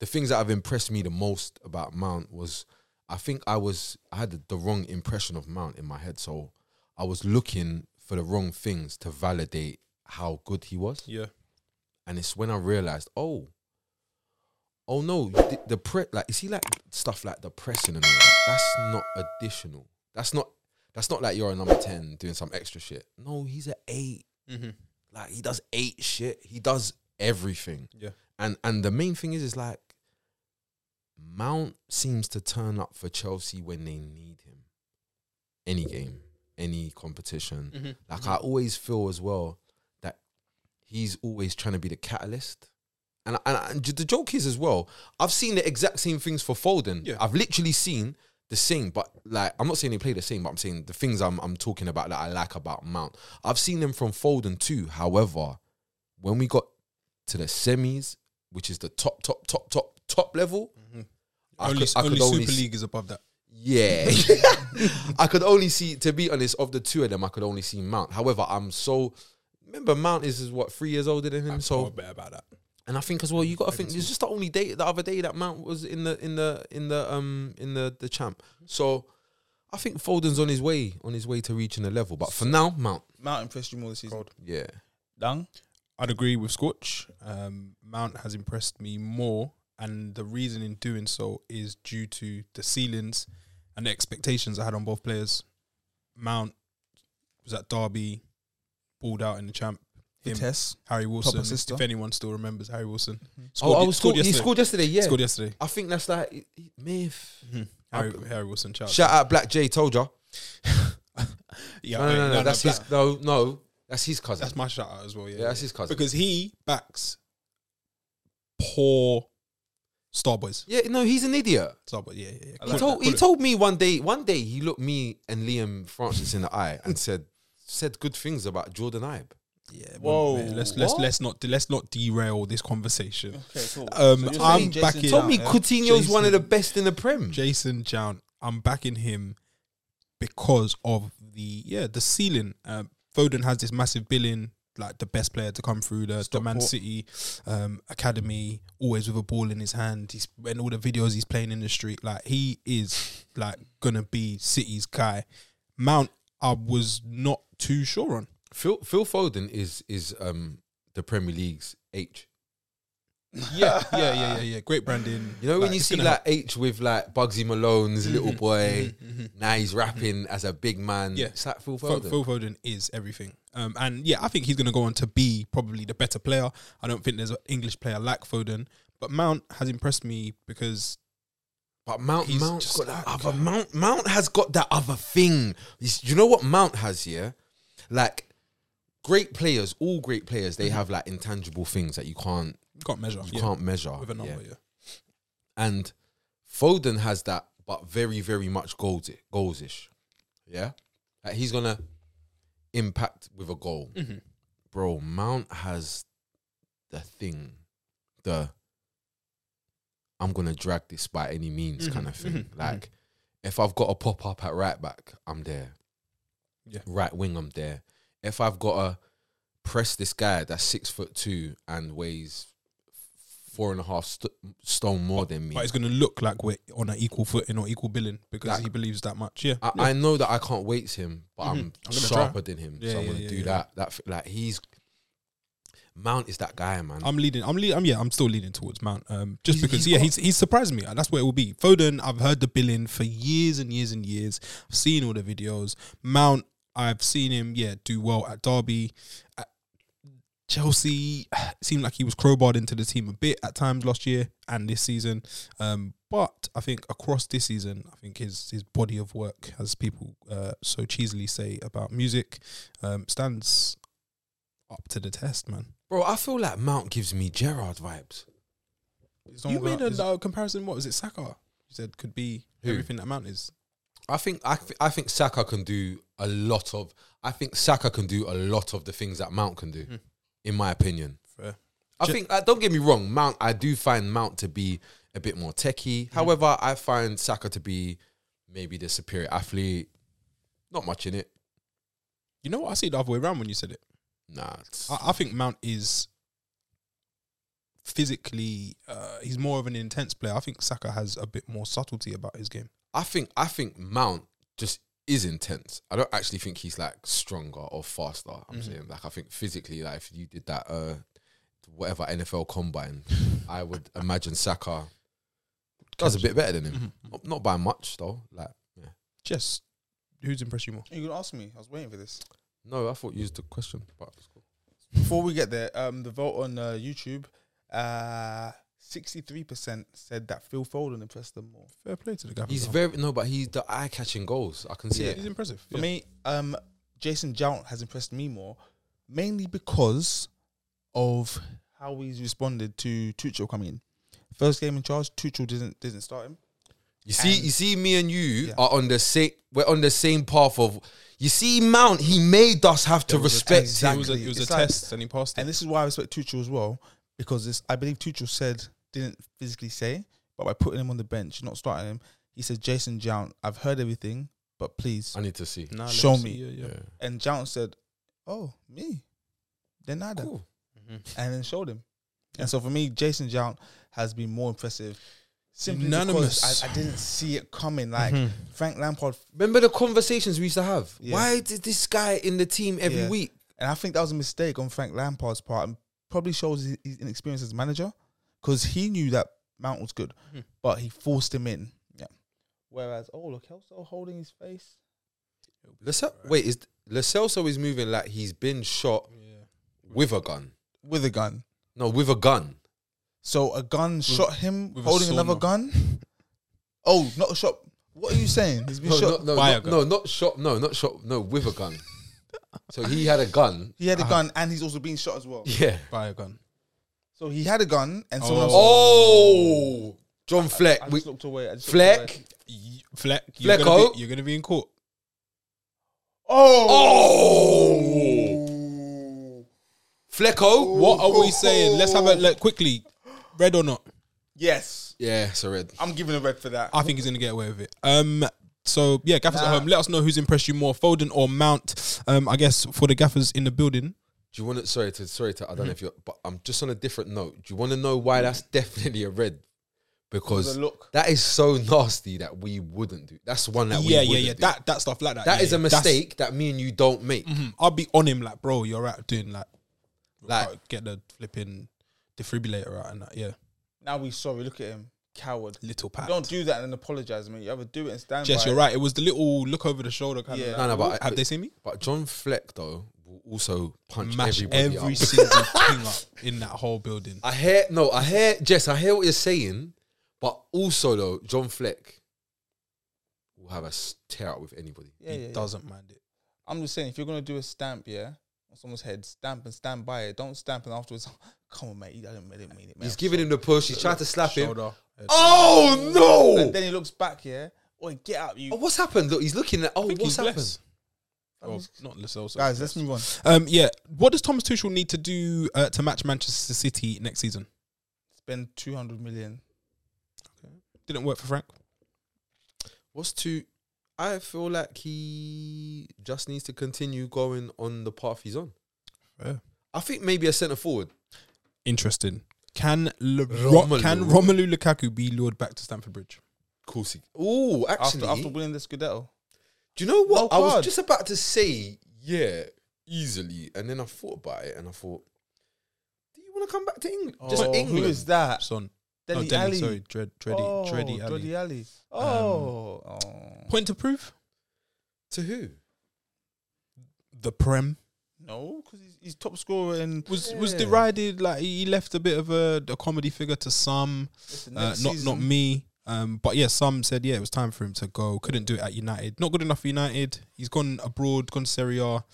the things that have impressed me the most about Mount was I think I was I had the wrong impression of Mount in my head. So I was looking for the wrong things to validate how good he was. Yeah. And it's when I realized, oh, oh no, the, the pre like you see like stuff like the pressing and all that. That's not additional. That's not that's not like you're a number ten doing some extra shit. No, he's an eight. Mm-hmm. Like he does eight shit. He does everything. Yeah. And and the main thing is is like Mount seems to turn up for Chelsea when they need him. Any game, any competition. Mm-hmm. Like I always feel as well that he's always trying to be the catalyst. And and, and the joke is as well, I've seen the exact same things for Foden. Yeah. I've literally seen the same, but like I'm not saying they play the same, but I'm saying the things I'm I'm talking about that I like about Mount. I've seen them from Foden too. However, when we got to the semis which is the top, top, top, top, top level. I only could- I could only only Mm-hmm. Super s- League is above that. Yeah. I could only see, to be honest, of the two of them, I could only see Mount. However, I'm so. Remember, Mount is, is what, three years older than him? I'm so. so bad about that. And I think as well, you got to think. It's just the only day, the other day that Mount was in the in the in the um in the the champ. So I think Foden's on his way on his way to reaching a level. But for now, Mount, Mount impressed you more this season. yeah, Dang. I'd agree with Scorch. Um, Mount has impressed me more, and the reason in doing so is due to the ceilings and the expectations I had on both players. Mount was at Derby, balled out in the champ. Him, Vitesse. Harry Wilson, if, sister. if anyone still remembers Harry Wilson, oh, I was scored scored, he yesterday. scored yesterday. Yeah, scored yesterday. I think that's like he- he- myth. Harry, Harry Wilson, shout out. Shout out Black J, told ya. yeah, No, no, okay, no, no that's Black- his. No, no, that's his cousin. That's my shout out as well. Yeah, yeah, that's his cousin. because he backs poor Starboys. yeah, no, he's an idiot. Starboys, yeah, yeah. yeah. He told he told me one day one day he looked me and Liam Francis in the eye and said said good things about Jordan Ibe. Yeah, Whoa, Oh, Whoa, let's let's what? let's not let's not derail this conversation. Okay, cool. Um, you're saying I'm Jason backing- Todd, Told me yeah? Coutinho's one Jason- of the best in the Prem. Jason Jown, I'm backing him because of the yeah the ceiling. Um, Foden has this massive billing, like the best player to come through the, the Man Stockport. City um, academy, always with a ball in his hand. He's and all the videos he's playing in the street, like he is like gonna be City's guy. Mount, I was not too sure on. Phil Phil Foden is is um the Premier League's H. Yeah, yeah, yeah, yeah, yeah. Great branding. You know when Like, you it's see gonna Mm-hmm. like H with like Bugsy Malone's little boy, now he's rapping as a big man. Yeah. it's like Phil Phil Foden. Phil Foden is everything. Um, and yeah, I think he's going to go on to be probably the better player. I don't think there's an English player like Foden, but Mount has impressed me because But Mount He's Mount's just got that like- other Mount Mount has got that other thing. He's- you know what Mount has here? Like great players, all great players, they have like intangible things that you can't you can't measure you Mm-hmm. yeah, can't measure. with a number. yeah. Yeah, And Foden has that, but very, very much goals goals ish. Yeah? Like he's gonna impact with a goal. Mhm. Bro, Mount has the thing, the I'm gonna drag this by any means Mhm, kind of thing. mhm, Like if I've got a pop up at right back, I'm there. Yeah. Right wing, I'm there. If I've got a press this guy that's six foot two and weighs four and a half st- stone more than me. but it's going to look like we're on an equal footing or equal billing because Like- he believes that much. Yeah, I, yeah. Mm-hmm. I know that I can't wait him, but I'm, I'm gonna sharper than him, Yeah, so I'm yeah, gonna yeah, do yeah. that. That f- like he's Mount is that guy, man. I'm leading. I'm leading. I'm, yeah, I'm still leaning towards Mount. Um, just He's- because, he's yeah, got- he's he's surprised me. That's what it will be. Foden, I've heard the billing for years and years and years. I've seen all the videos. Mount, I've seen him. Yeah, do well at Derby, at Chelsea. Seemed like he was crowbarred into the team a bit at times last year and this season. Um, but I think across this season, I think his his body of work, as people uh, so cheesily say about music, um, stands up to the test, man. Bro, I feel like Mount gives me Gerard vibes. It's You not made gonna- a it's- uh, comparison. What was it, Saka? You said could be Who? everything that Mount is. I think I, th- I think Saka can do a lot of. I think Saka can do a lot of the things that Mount can do, in my opinion. Hmm. Fair. I Ju- think uh, don't get me wrong, Mount. I do find Mount to be a bit more techie. Hmm. However, I find Saka to be maybe the superior athlete. Not much in it. You know what? I see it the other way around when you said it. Nah, it's, I, I think Mount is physically. Uh, he's more of an intense player. I think Saka has a bit more subtlety about his game. I think I think Mount just is intense. I don't actually think he's like stronger or faster. I'm Mm-hmm. saying like I think physically, like if you did that, uh, whatever NFL combine, I would imagine Saka does a bit better than him. Mm-hmm. Mm-hmm. Not, not by much though. Like yeah. Just who's impressed you more? You gonna ask me? I was waiting for this. No, I thought you used the question, but it's cool. Before we get there, um, the vote on uh, YouTube, uh, sixty-three percent said that Phil Foden impressed them more. Fair play to the guy. for he's that. very no, but he's the eye catching goals. I can see Yeah. it. He's impressive. For yeah. me, um, Jason Jount has impressed me more, mainly because of how he's responded to Tuchel coming in. First game in charge, Tuchel didn't didn't start him. You see, And- you see, me and you Yeah. are on the same. We're on the same path of. You see, Mount. He made us have to was a- respect exactly. it was a, it was It's a like- test, and he passed it. And this is why I respect Tuchel as well, because this I believe Tuchel said didn't physically say, but by putting him on the bench, not starting him, he said Jason Jount, I've heard everything, but please. I need to see. Nah, let Show see. me. Yeah, yeah. And Jount said, "Oh me, then nada," Cool. and then showed him. And so for me, Jason Jount has been more impressive. Simply Unanimous. because I, I didn't see it coming. Like Mm-hmm. Mhm. Frank Lampard Remember the conversations we used to have? Yeah. Why did this guy in the team every Yeah. week? And I think that was a mistake on Frank Lampard's part and probably shows his, his inexperience as a manager because he knew that Mount was good, Mm-hmm. Mhm. but he forced him in. Yeah. Whereas, oh, look, Kelso holding his face. Lacel- Wait, is Lacelso is moving like he's been shot Yeah. with a gun? With a gun. No, with a gun. So a gun shot him with a holding another sauna. gun? oh, not shot. What are you saying? He's been No, shot. not, no, by a not, gun. no, not shot. No, not shot. No, with a gun. so he had a gun. He had a gun and he's also been shot as well. Uh-huh. Yeah. Buy a gun. So he had a gun and someone Oh. else. Oh, John Fleck. I we- just looked away. I just looked away. Fleck. Y- Fleck, you're gonna, Flecko. be, you're gonna be in court. Oh, Flecko. What are we Oh. saying? Let's have a look quickly. Red or not? Yes. Yeah, it's a red. I'm giving a red for that. I think he's gonna get away with it. Um. So yeah, gaffers Nah. at home. Let us know who's impressed you more, Foden or Mount. Um. I guess for the gaffers in the building. Do you want to? Sorry to. Sorry to. I Mm-hmm. don't know if you're. But I'm just on a different note. Do you want to know Mm. why that's definitely a red? Because Because of the look. that is so nasty that we wouldn't do. That's one that we yeah, yeah, wouldn't yeah. do. That that stuff like that. that yeah, is a yeah. That's- mistake that me and you don't make. Mhm. I'll be on him like, bro, you're out doing like, Like- like get the flipping defibrillator out and that. Yeah, Now we sorry. Look at him. Coward. little pat. Don't do that and apologize, mate. You either do it and stand Jess, by. you're it. right. It was the little look over the shoulder kind Yeah. of. No, no, but I- have they seen me? But John Fleck though will also punch Mash everybody every up. single thing up in that whole building. I hear no, I hear Jess. I hear what you're saying, but also though, John Fleck will have a s- tear out with anybody. Yeah, he yeah, yeah. doesn't mind it. I'm just saying, if you're gonna do a stamp, yeah, on someone's head, stamp and stand by it. Don't stamp and afterwards, come on, mate. I didn't, I didn't mean it, man. He's giving him the push. uh, He's trying to slap him. Shoulder. head. Oh And no! then he looks back, yeah. Oi, get out, you Oh, what's happened? Look, he's looking at. I Oh, think what's he's happened? less. Well, not Lascelles. guys. Let's move on. Um, yeah. What does Thomas Tuchel need to do uh, to match Manchester City next season? Spend 200 million. Didn't work for Frank. What's to? I feel like he just needs to continue going on the path he's on. Yeah. I think maybe a centre forward. Interesting. Can Le- Romelu. can Romelu Lukaku be lured back to Stamford Bridge? Cool. Oh, actually, After after winning the Scudetto, Do you know what? No I was card. just about to say, yeah, easily. And then I thought about it and I thought, do you want to come back to England? just Oh, England. Who is that? Son. Deli oh, Dele, Alli. sorry, Dred, Dreddy, oh, Dreddy Alli. Dele Alli. Oh, oh. Point to prove To who? the Prem no, because he's, he's top scorer in. was was Yeah. derided. Like he left a bit of a, a comedy figure to some, Listen, uh, next not not season- me. Um, but yeah, some said yeah it was time for him to go. Couldn't do it at United. Not good enough for United. He's gone abroad, gone to Serie A.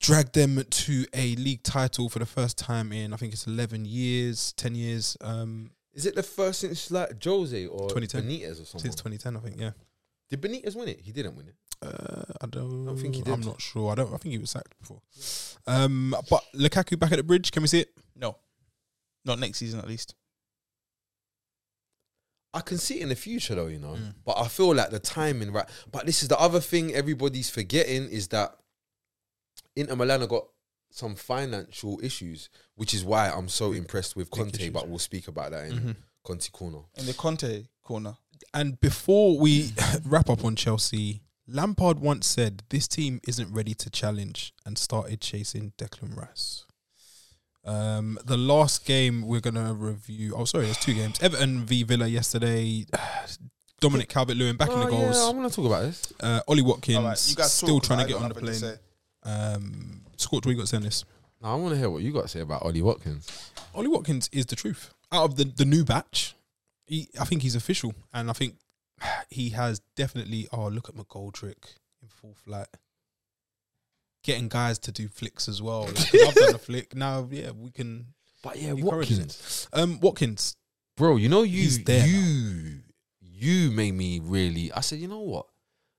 Dragged them to a league title for the first time in I think it's eleven years, ten years um, Is it the first since like Jose or 2010. Benitez or something? since 2010. I think yeah. Did Benitez win it? He didn't win it. Uh, I don't. don't think he I'm did. not sure. I don't. I think he was sacked before. Um, but Lukaku back at the bridge. Can we see it? No, not next season at least. I can see it in the future though, you know. Mm. But I feel like the timing, right? But this is the other thing everybody's forgetting is that Inter Milan have got some financial issues, which is why I'm so impressed with big Conte. issues. Mm-hmm. But we'll speak about that in Conte corner. In the Conte corner. And before we wrap up on Chelsea, Lampard once said, "This team isn't ready to challenge," and started chasing Declan Rice. Um, the last game we're gonna review. Oh, sorry, there's two games: Everton v Villa yesterday. Dominic Calvert-Lewin back in the I goals. want to talk about this. Uh, Ollie Watkins All right, you guys still talk, trying to I get got on the nothing to plane. say. Um, Scorch, what you got saying this? I want to hear what you got to say about Ollie Watkins. Ollie Watkins is the truth. Out of the, the new batch, he, I think he's official. And I think he has definitely, oh, look at McGoldrick in full flight. Getting guys to do flicks as well. Like, 'cause I've done a flick. Now, yeah, we can. But yeah, Encourages Um, Watkins, bro, you know you He's there you you made me really. I said, you know what?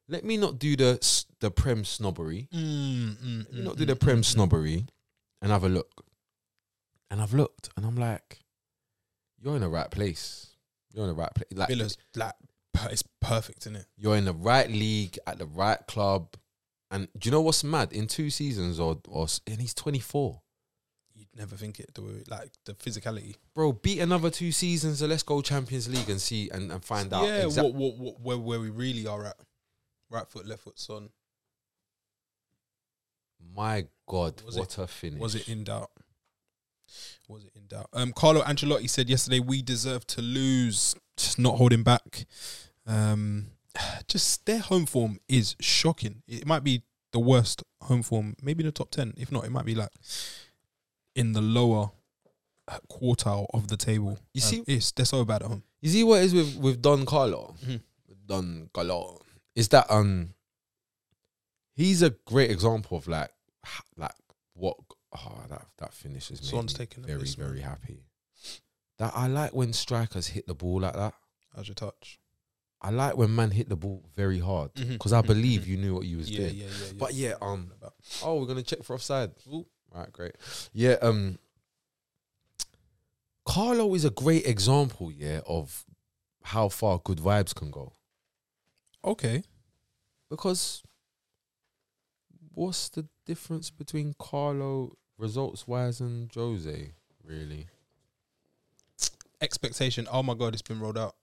Let me not do the s- the prem snobbery. mm, mm, Let me mm, not do mm, the mm, prem mm. snobbery, and have a look. And I've looked and I'm like, you're in the right place. You're in the right place. Like Villa's like per- it's perfect in it. you're in the right league at the right club. And do you know what's mad? In two seasons or or s- and he's 24. You'd never think it the way, like the physicality. Bro, beat another two seasons and let's go Champions League and see and, and find out. yeah, exact- what, what, what, where where we really are at. Right foot, left foot, son. My God, Was what a finish. Was it in doubt? Was it in doubt? Um, Carlo Ancelotti said yesterday, "We deserve to lose." Just not holding back. Um, just their home form is shocking. It might be the worst home form, maybe in the top ten. If not, it might be like in the lower quartile of the table. You Um, see- it's they're so bad at home. You see what it is with, with Don Carlo? Mhm. Don Carlo. Is that um he's a great example of like h- like what oh that that finishes me Son's taking the very, piss, man. very happy. That I like when strikers hit the ball like that. How's your touch? I like when man hit the ball very hard. Mhm. Because I Mhm. believe Mhm. you knew what you was Yeah, yeah, doing. yeah, yeah. But yeah, um, About- Oh, we're gonna check for offside. Ooh. All right, great. Yeah, um, Carlo is a great example, yeah, of how far good vibes can go. okay. Because what's the difference between Carlo results wise and Jose? Really? Expectation. Oh my god, it's been rolled out.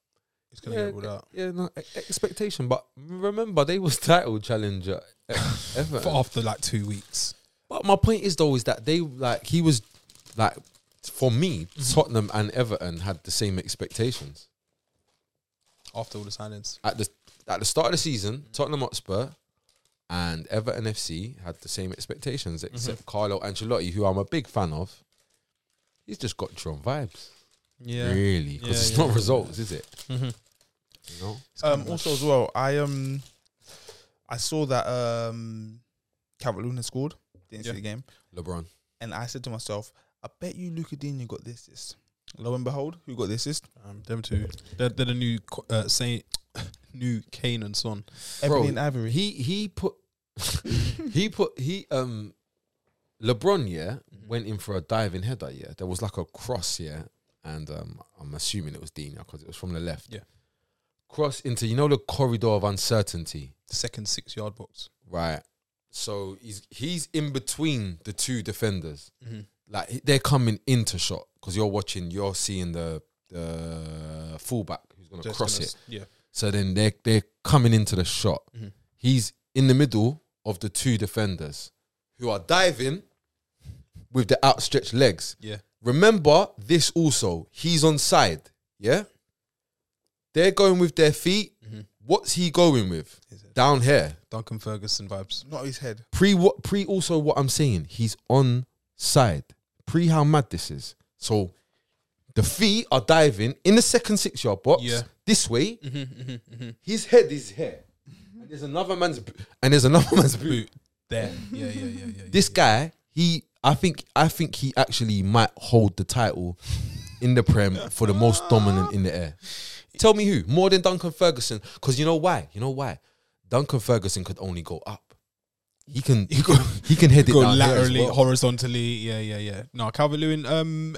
It's gonna Yeah, get rolled out. Yeah, no e- expectation. But remember, they was title challenger e-, ever. For after like two weeks. But my point is though is that they like he was like for me Mhm. Tottenham and Everton had the same expectations After all the signings. at the at the start of the season. Tottenham Hotspur and Everton FC had the same expectations Mm-hmm. except Carlo Ancelotti, who I'm a big fan of. He's just got Tron vibes, Yeah. really, because Yeah, it's yeah. not results, is it? Mhm. You know, Um, also as well, I um, I saw that um, Calvert-Lewin had scored. Didn't Yeah. see the game, LeBron. and I said to myself, I bet you Luca Dini got the assist. Lo and behold, who got the assist? Um, them two. They're, they're the new co- uh, Saint, new Kane and Son. Bro, Everything Ivory. He he put he put he um LeBron yeah Mm-hmm. went in for a diving header yeah there was like a cross yeah and um I'm assuming it was Dina because it was from the left Yeah. cross into you know the corridor of uncertainty The second six yard box. right so he's he's in between the two defenders Mm-hmm. like he- they're coming into shot because you're watching you're seeing the the fullback who's gonna Just cross gonna it s- Yeah. so then they're they're coming into the shot. Mhm. He's in the middle of the two defenders who are diving with the outstretched legs. Yeah. Remember this also. He's on side. Yeah. They're going with their feet. Mhm. What's he going with? His head. Down here. Duncan Ferguson vibes. Not his head. Pre what pre also what I'm saying. He's on side. Pre how mad this is. So the feet are diving in the second six yard box Yeah. this way Mm-hmm. his head is here, and there's another man's bo- and there's another man's boot. There. Yeah, yeah, yeah, yeah. This guy, he, I think, I think he actually might hold the title in the Prem for the most dominant in the air. Tell me who more than Duncan Ferguson? Because you know why? You know why? Duncan Ferguson could only go up. He can he can, he can head yeah. it Go down here as laterally, well. horizontally. Yeah, yeah, yeah. No, Calvert Lewin. Um,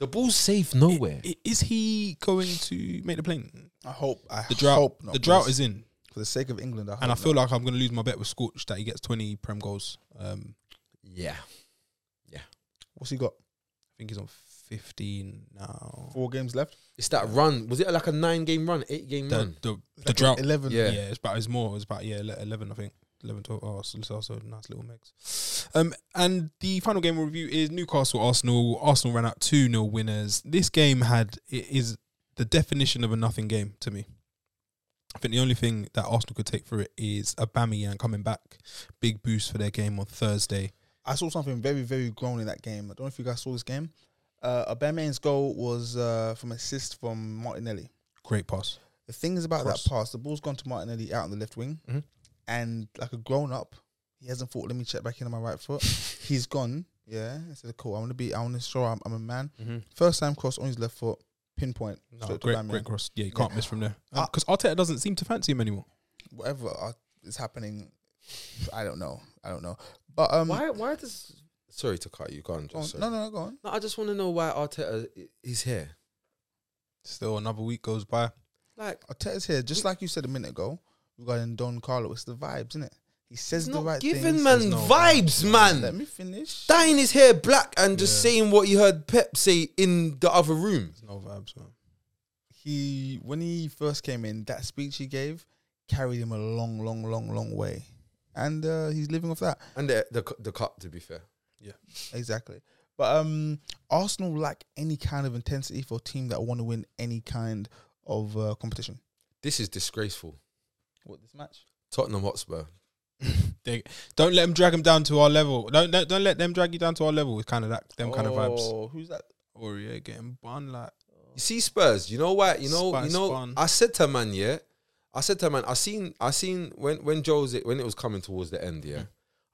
The ball's safe nowhere. i- is he going to make the plane? I hope. I The drought. hope not. The drought because is in, for the sake of England. I hope and I not. feel like I'm going to lose my bet with Scorch that he gets 20 prem goals. Um, yeah, what's he got? I think he's on 15 now. Four games left. it's that run. Was it like a nine game run, eight game The, run? the, It's the like drought. Eleven. Yeah. Yeah. it's about it's more. It's about yeah, ele- eleven, I think. 11, 12. Oh, so it's also a nice little mix. Um, and the final game we'll review is Newcastle Arsenal. Arsenal ran out two 0 winners. This game had it is the definition of a nothing game to me. I think the only thing that Arsenal could take for it is Aubameyang coming back, big boost for their game on Thursday. I saw something very, very grown in that game. I don't know if you guys saw this game. Uh, Aubameyang's goal was uh, from assist from Martinelli. Great pass. The thing is about Cross. that pass, the ball's gone to Martinelli out on the left wing, Mhm. and like a grown up, he hasn't thought. Let me check back in on my right foot. He's gone. Yeah, I said, "Cool, I want to be. I want to show I'm, I'm a man." Mm-hmm. First time cross on his left foot, pinpoint. No, straight to great, Aubameyang. great cross. Yeah, you can't miss from there Ah. because Arteta doesn't seem to fancy him anymore. Whatever uh, is happening, I don't know. I don't know. But um, Why? Why does Sorry to cut you, go on. Oh, Go on. Just, No, no, no, go on. no, I just want to know why Arteta i- is here. Still another week goes by. Like, Arteta's here, just like you said a minute ago regarding Don Carlo. It's the vibes, isn't it? He says he's the not right giving things. man no vibes, Let man. me finish. Dyeing his hair black and just Yeah. saying what he heard Pep say in the other room. There's no vibes, man. he when he first came in, that speech he gave carried him a long, long, long, long way, and uh, he's living off that And the, the cu- the cup, to be fair. exactly. But um, Arsenal lack any kind of intensity for a team that want to win any kind of uh, competition. This is disgraceful. What this match? Tottenham Hotspur. They, don't let them drag them down to our level. Don't, don't don't let them drag you down to our level. It's kind of that them kind of vibes. Oh, Who's that? Or yeah, getting bun like You see Spurs, you know what? You know, Spurs you know. fun. I said to man, yeah. I said to man, I seen, I seen when when Joe's when it was coming towards the end, yeah.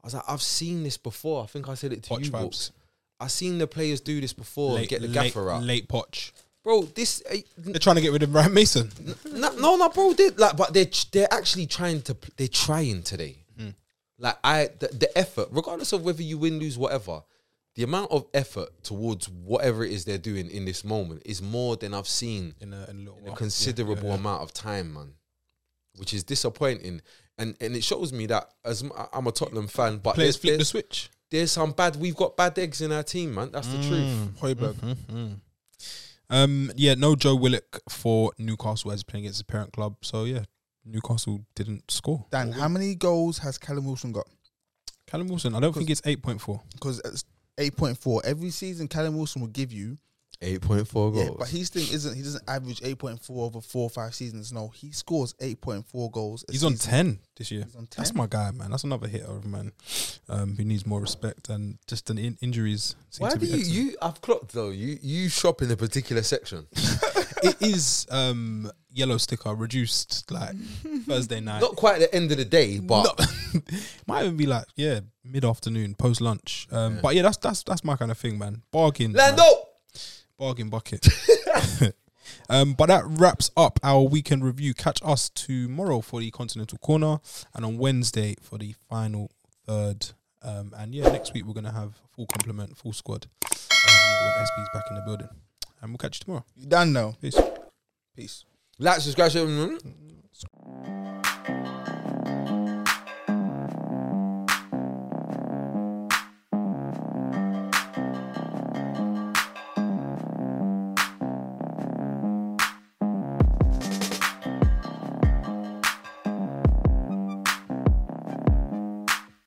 I was like, I've seen this before. I think I said it to potch you. Hmm. vibes. Wilkes. I seen the players do this before. and Oh, get the gaffer late, out, late potch. bro. This, eh, n- They're trying to get rid of Ryan Mason. no, no, no, bro. They, like, but they they're actually trying to. pl- They're trying today. Mm. Like I, the, the effort, regardless of whether you win, lose, whatever, the amount of effort towards whatever it is they're doing in this moment is more than I've seen in a, in a little a while. considerable Yeah, yeah, yeah. amount of time, man, which is disappointing. And and it shows me that as m- I'm a Tottenham fan, but Players there's, flip the there's, switch. there's some bad. We've got bad eggs in our team, man. That's the Mm. truth. Hoiberg. Mm-hmm, Um, yeah, no Joe Willock for Newcastle as playing against his parent club. So yeah, Newcastle didn't score. Dan, how many goals has Callum Wilson got? Callum Wilson, I don't think it's eight point four. Because it's eight point four every season. Callum Wilson will give you Eight point four Yeah, but his thing isn't he doesn't average eight point four over four or five seasons. No, he scores eight point four goals. a He's on season. ten this year. He's on ten. That's my guy, man. That's another hitter of a man um, who needs more respect and just an in- injuries. Seem Why to be do you, excellent. you? I've clocked though. You you shop in a particular section. It is um, yellow sticker reduced like Thursday night. Not quite at the end of the day, but No. might even be like yeah, mid afternoon, post lunch. Um, But yeah, that's that's that's my kind of thing, man. Bargain, man. Lando. bargain bucket. um, but that wraps up our weekend review. Catch us tomorrow for the Continental Corner and on Wednesday for the final third. Um, and yeah, next week we're gonna have full complement, full squad. Um, yeah, when SP's back in the building, and we'll catch you tomorrow. You done now. Peace. Peace. Like, subscribe, share, mm,